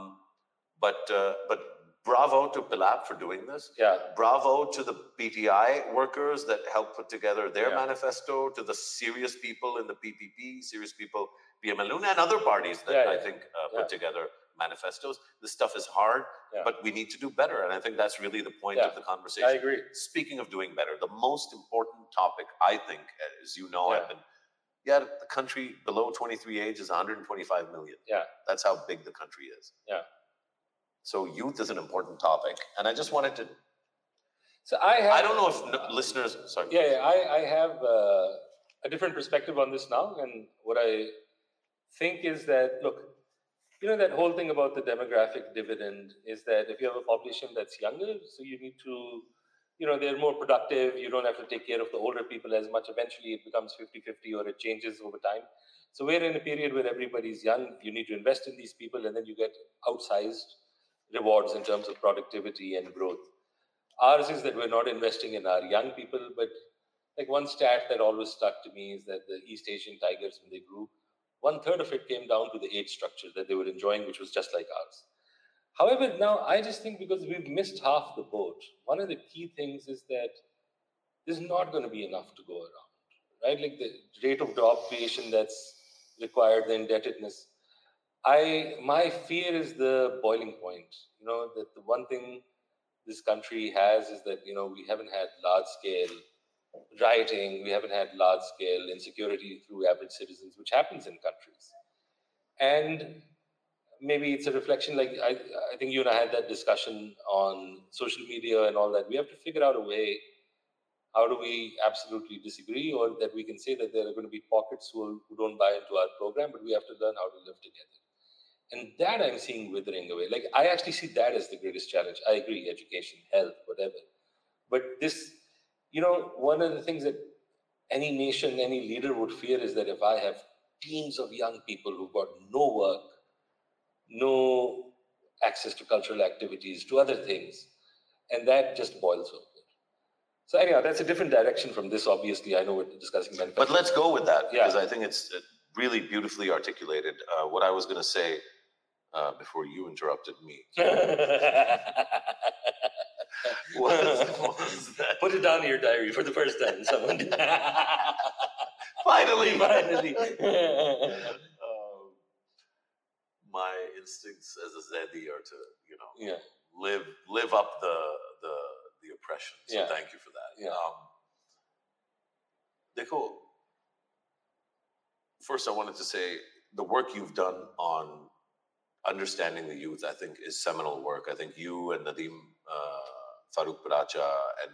S1: but uh, but bravo to Pilap for doing this
S2: Yeah.
S1: bravo to the PTI workers that helped put together their
S2: Yeah.
S1: manifesto, to the serious people in the PPP, serious people, PMLUN, and other parties that
S2: Yeah,
S1: I
S2: yeah,
S1: think uh,
S2: yeah.
S1: put together manifestos. This stuff is hard,
S2: Yeah.
S1: but we need to do better. And I think that's really the point
S2: Yeah,
S1: of the
S2: I
S1: conversation.
S2: agree.
S1: Speaking of doing better, the most important topic, I think, as you know,
S2: Yeah.
S1: I've been, yeah, the country below 23 age is 125 million.
S2: Yeah.
S1: That's how big the country is.
S2: Yeah.
S1: So youth is an important topic. And I just wanted to
S2: So I have.
S1: I don't know if n- listeners. Sorry.
S2: Yeah, yeah I, I have uh, a different perspective on this now, and what I think is that look, you know that whole thing about the demographic dividend is that if you have a population that's younger, so you need to, you know, they're more productive. You don't have to take care of the older people as much. Eventually, it becomes 50-50 or it changes over time. So we're in a period where everybody's young. You need to invest in these people, and then you get outsized rewards in terms of productivity and growth. Ours is that we're not investing in our young people, but like one stat that always stuck to me is that the East Asian tigers, when they grew, one third of it came down to the age structure that they were enjoying, which was just like ours. However, now I just think because we've missed half the boat, one of the key things is that there's not going to be enough to go around, right? Like the rate of job creation that's required, the indebtedness. I my fear is the boiling point. You know that the one thing this country has is that you know we haven't had large scale rioting, we haven't had large scale insecurity through average citizens, which happens in countries. And maybe it's a reflection, like I, I think you and I had that discussion on social media and all that. We have to figure out a way how do we absolutely disagree, or that we can say that there are going to be pockets who, will- who don't buy into our program, but we have to learn how to live together. And that I'm seeing withering away. Like, I actually see that as the greatest challenge. I agree, education, health, whatever. But this you know, one of the things that any nation, any leader would fear is that if I have teams of young people who've got no work, no access to cultural activities, to other things, and that just boils over. So anyhow, that's a different direction from this. Obviously, I know we're discussing manifesto.
S1: But let's go with that
S2: Yeah.
S1: because I think it's uh, really beautifully articulated. Uh, what I was going to say uh, before you interrupted me was, was that
S2: Put it down in your diary for the first time. Someone
S1: finally,
S2: finally.
S1: um, my instincts as a Zeddy are to you know
S2: yeah,
S1: live live up the the the oppression. So
S2: Yeah.
S1: thank you for that.
S2: Yeah.
S1: Um, देखो, first I wanted to say the work you've done on understanding the youth, I think, is seminal work. I think you and Nadim uh, Farooq Paracha and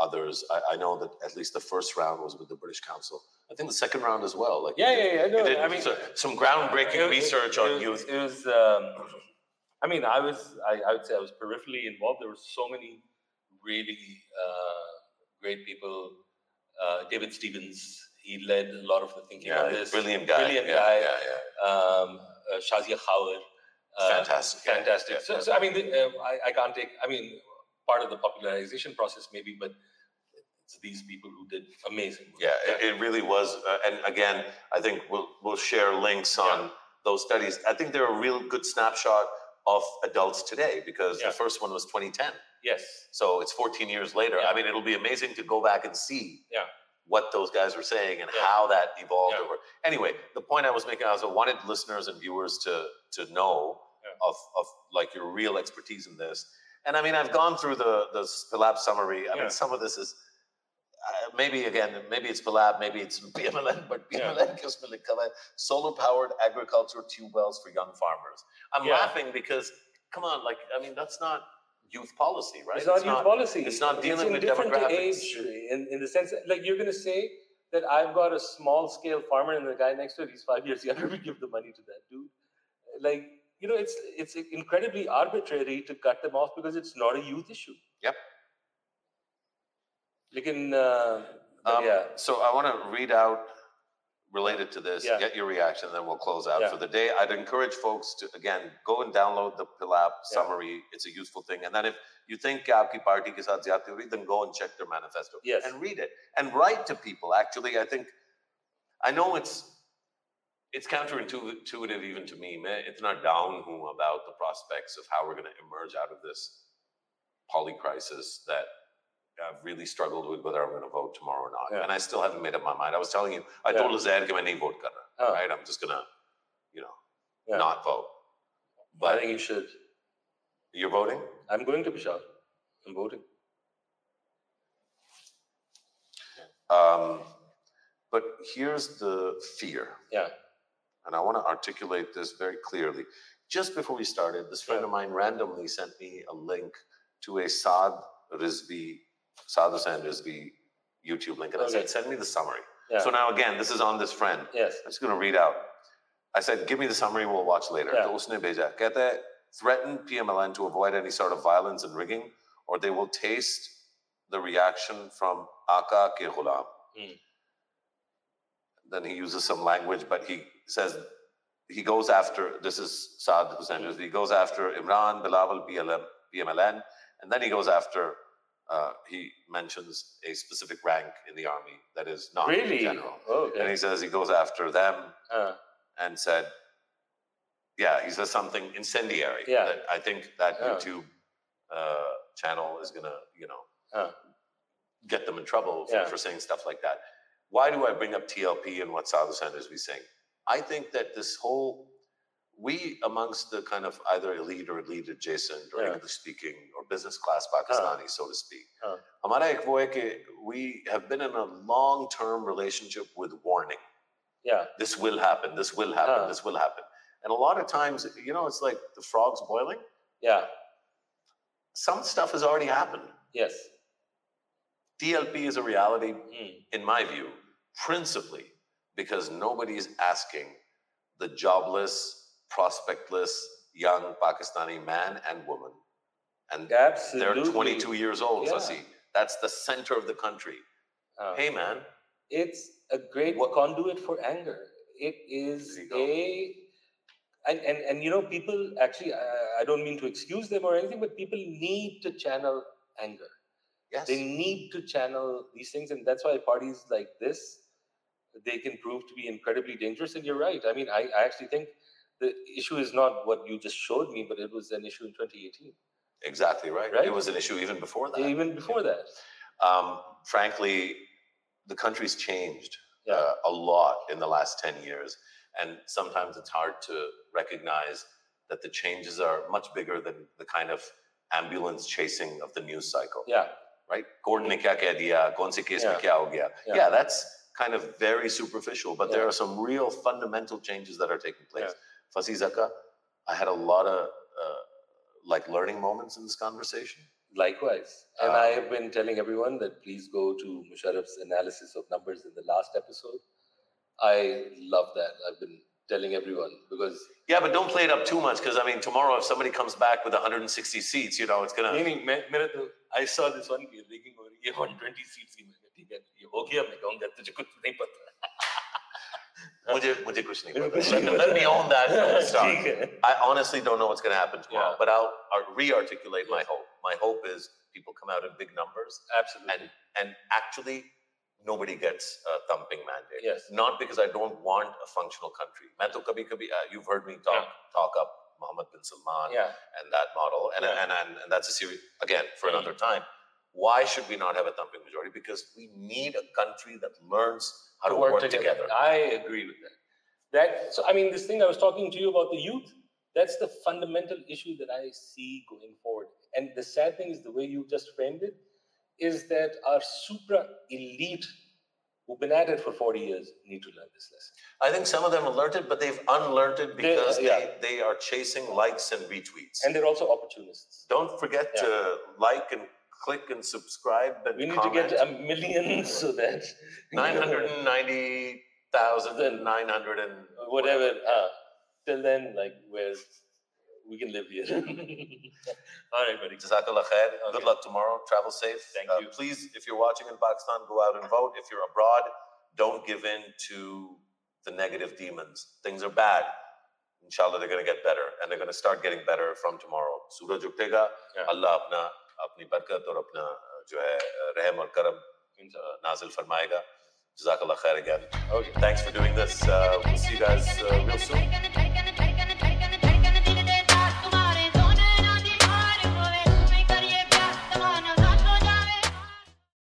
S1: others. I, I know that at least the first round was with the British Council. I think the second round as well. Like you
S2: yeah,
S1: did-
S2: yeah. yeah
S1: you
S2: no,
S1: did
S2: I mean,
S1: so- some groundbreaking
S2: It was-
S1: research
S2: it
S1: on
S2: was-
S1: youth.
S2: It was. Um, I mean, I was. I, I would say I was peripherally involved. There were so many really uh, great people. Uh, David Stevens. He led a lot of the thinking on this.
S1: brilliant guy.
S2: Brilliant
S1: yeah,
S2: guy.
S1: yeah, yeah.
S2: Um, uh, Shazia Khawar. Uh,
S1: fantastic. yeah,
S2: fantastic.
S1: yeah,
S2: So, so I mean, the, uh, I, I can't take. I mean, part of the popularization process maybe, but it's these people who did amazing. work.
S1: Yeah, it, it really was. Uh, and again, I think we'll we'll share links on those studies. I think they're a real good snapshot of adults today because
S2: Yeah.
S1: the first one was 2010.
S2: Yes.
S1: So it's 14 years later.
S2: Yeah.
S1: I mean, it'll be amazing to go back and see
S2: Yeah.
S1: what those guys were saying and
S2: Yeah.
S1: how that evolved
S2: Yeah.
S1: over. Anyway, the point I was making, I also wanted listeners and viewers to to know
S2: Yeah.
S1: of of like your real expertise in this. And I mean, I've gone through the the Spilab summary. I
S2: Yeah.
S1: mean, some of this is. Uh, maybe again, maybe it's Pilab, maybe it's PMLN, but
S2: Yeah.
S1: PMLN gives me the color. Solar powered agriculture tube wells for young farmers. I'm
S2: Yeah.
S1: laughing because come on, like I mean, that's not youth policy, right?
S2: It's not youth policy.
S1: It's not dealing with
S2: indifferent to
S1: demographics.
S2: Age, in, in the sense that, like you're going to say that I've got a small scale farmer and the guy next to it, he's five years younger, we give the money to that dude. Like, you know, it's it's incredibly arbitrary to cut them off because it's not a youth issue.
S1: Yep.
S2: Like in, uh, but
S1: Um,
S2: yeah.
S1: So I want to read out related to this,
S2: Yeah.
S1: get your reaction, then we'll close out
S2: Yeah.
S1: for the day. I'd encourage folks to again go and download the Pilab summary. It's a useful thing. And then if you think aapki party ke saath zyadti ho rahi, then go and check their manifesto
S2: Yes.
S1: and read it and write to people. Actually, I think I know it's it's counterintuitive even to me. मैं इतना down हूँ about the prospects of how we're going to emerge out of this poly crisis that I've really struggled with whether I'm going to vote tomorrow or not.
S2: Yeah.
S1: And I still haven't made up my mind. I was telling you, I
S2: Yeah.
S1: told Lizaire that I nahi vote karna,
S2: Huh.
S1: right? I'm just going to, you know,
S2: Yeah.
S1: not vote.
S2: I
S1: But
S2: think you should.
S1: you're voting?
S2: I'm going to Bashar. I'm voting.
S1: Um, but here's the fear.
S2: Yeah.
S1: And I want to articulate this very clearly. Just before we started, this friend of mine randomly sent me a link to a Saad Rizvi, Saad Hussain Rizvi YouTube link. And I
S2: Okay.
S1: said, send me the summary.
S2: Yeah.
S1: So now again, this is on this friend.
S2: Yes.
S1: I'm just going to read out. I said, give me the summary, we'll watch later.
S2: Yeah.
S1: तो उसने भेजा, कहता है, threaten PMLN to avoid any sort of violence and rigging, or they will taste the reaction from Aka ke Ghulam.
S2: Hmm.
S1: Then he uses some language, but he says, he goes after, this is Saad Hussain,
S2: Hmm.
S1: he goes after Imran, Bilawal, PLM, PMLN, and then he goes after, uh, he mentions a specific rank in the army that is not
S2: Really?
S1: general.
S2: Oh,
S1: And
S2: okay.
S1: he says he goes after them
S2: Uh,
S1: and said, yeah, he says something incendiary.
S2: Yeah.
S1: That I think that
S2: Yeah.
S1: YouTube uh, channel is going to, you know,
S2: Yeah.
S1: get them in trouble for,
S2: Yeah.
S1: for saying stuff like that. Why do I bring up TLP and what Sadhu Sanders we sing? I think that this whole, we amongst the kind of either elite or elite adjacent or
S2: Yeah.
S1: English speaking or business class Pakistani, so to speak,
S2: Yeah.
S1: हमारा एक वो है कि we have been in a long term relationship with warning
S2: yeah.
S1: this will happen, this will happen,
S2: Huh.
S1: this will happen. And a lot of times, you know, it's like the frog's boiling.
S2: Yeah.
S1: Some stuff has already happened.
S2: Yes.
S1: DLP is a reality,
S2: Mm.
S1: in my view, principally because nobody's asking the jobless, prospectless young Pakistani man and woman. And
S2: Absolutely.
S1: they're 22 years old,
S2: Yeah.
S1: Sasi. That's the center of the country.
S2: Uh,
S1: Hey, man,
S2: It's a great
S1: What-
S2: conduit for anger. It is
S1: There you go.
S2: a and, and and you know people actually I, I don't mean to excuse them or anything, but people need to channel anger.
S1: yes.
S2: They need to channel these things, and that's why parties like this they can prove to be incredibly dangerous. And you're right. I mean, I, I actually think the issue is not what you just showed me, but it was an issue in 2018,
S1: Exactly right.
S2: Right?
S1: It was an issue even before that.
S2: even before that.
S1: um, frankly, the country's changed
S2: Yeah.
S1: uh, a lot in the last 10 years. And sometimes it's hard to recognize that the changes are much bigger than the kind of ambulance chasing of the news cycle,
S2: Yeah.
S1: right? Court ne kya keh diya, kaun se case mein
S2: Yeah.
S1: kya ho gaya.
S2: Yeah.
S1: Yeah, that's kind of very superficial, but there
S2: Yeah.
S1: are some real fundamental changes that are taking place.
S2: Yeah.
S1: Fasi Zaka, I had a lot of uh, like learning moments in this conversation.
S2: Likewise. And I
S1: Um,
S2: have been telling everyone that please go to Musharraf's analysis of numbers in the last episode. I love that. I've been telling everyone because
S1: Yeah, but don't play it up too much because I mean, tomorrow if somebody comes back with 160 seats, you know, it's gonna.
S2: Yeah.
S4: नहीं नहीं मैं मेरा तो I saw this one की लेकिन और ये 120 seats की मैंने ठीक है ये हो गया मैं कहूंगा तुझे कुछ नहीं पता
S1: मुझे मुझे कुछ नहीं
S2: कुछ
S1: पता।
S2: नहीं
S1: Let- Let me own that from the
S2: ठीक
S1: start.
S2: है
S1: I honestly don't know what's gonna happen tomorrow,
S2: Yeah.
S1: but I'll, I'll re-articulate my hope. My hope is people come out in big numbers
S2: Absolutely.
S1: and actually nobody gets a thumping mandate.
S2: Yes.
S1: Not because I don't want a functional country. मैं तो कभी कभी uh, you've heard me talk talk up Mohammed bin Salman
S2: Yeah.
S1: and that model. And,
S2: Yeah. Mm-hmm.
S1: and, and, and that's a series, again, for another time. Why should we not have a thumping majority? Because we need a country that learns how to work, together.
S2: I agree with that. That so I mean this thing I was talking to you about the youth, that's the fundamental issue that I see going forward. And the sad thing is the way you just framed it is that our supra elite who've been at it for 40 years need to learn this lesson.
S1: I think some of them have learned it, but they've unlearned it because they,
S2: uh, yeah.
S1: they are chasing likes and retweets.
S2: And they're also opportunists.
S1: Don't forget
S2: Yeah.
S1: to like and click and subscribe and
S2: We need
S1: comment.
S2: to get a million so that
S1: 990,900 and
S2: whatever. Uh, till then, like where we can live here. All right, buddy.
S1: Jazakallah khair. Good
S2: Okay.
S1: luck tomorrow. Travel safe. Uh,
S2: Thank you.
S1: Please, if you're watching in Pakistan, go out and vote. If you're abroad, don't give in to the negative demons. Things are bad. Inshallah, they're going to get better, and they're going to start getting better from tomorrow. Suraj उठेगा,
S2: Yeah.
S1: Allah अपना अपनी बरकत और अपना अ, जो है अ, रहम और करम अ,
S2: uh,
S1: नाजिल फरमाएगा. uh, Jazakallah khair again.
S2: Okay.
S1: Thanks for doing this. Uh, we'll see you guys uh, real soon.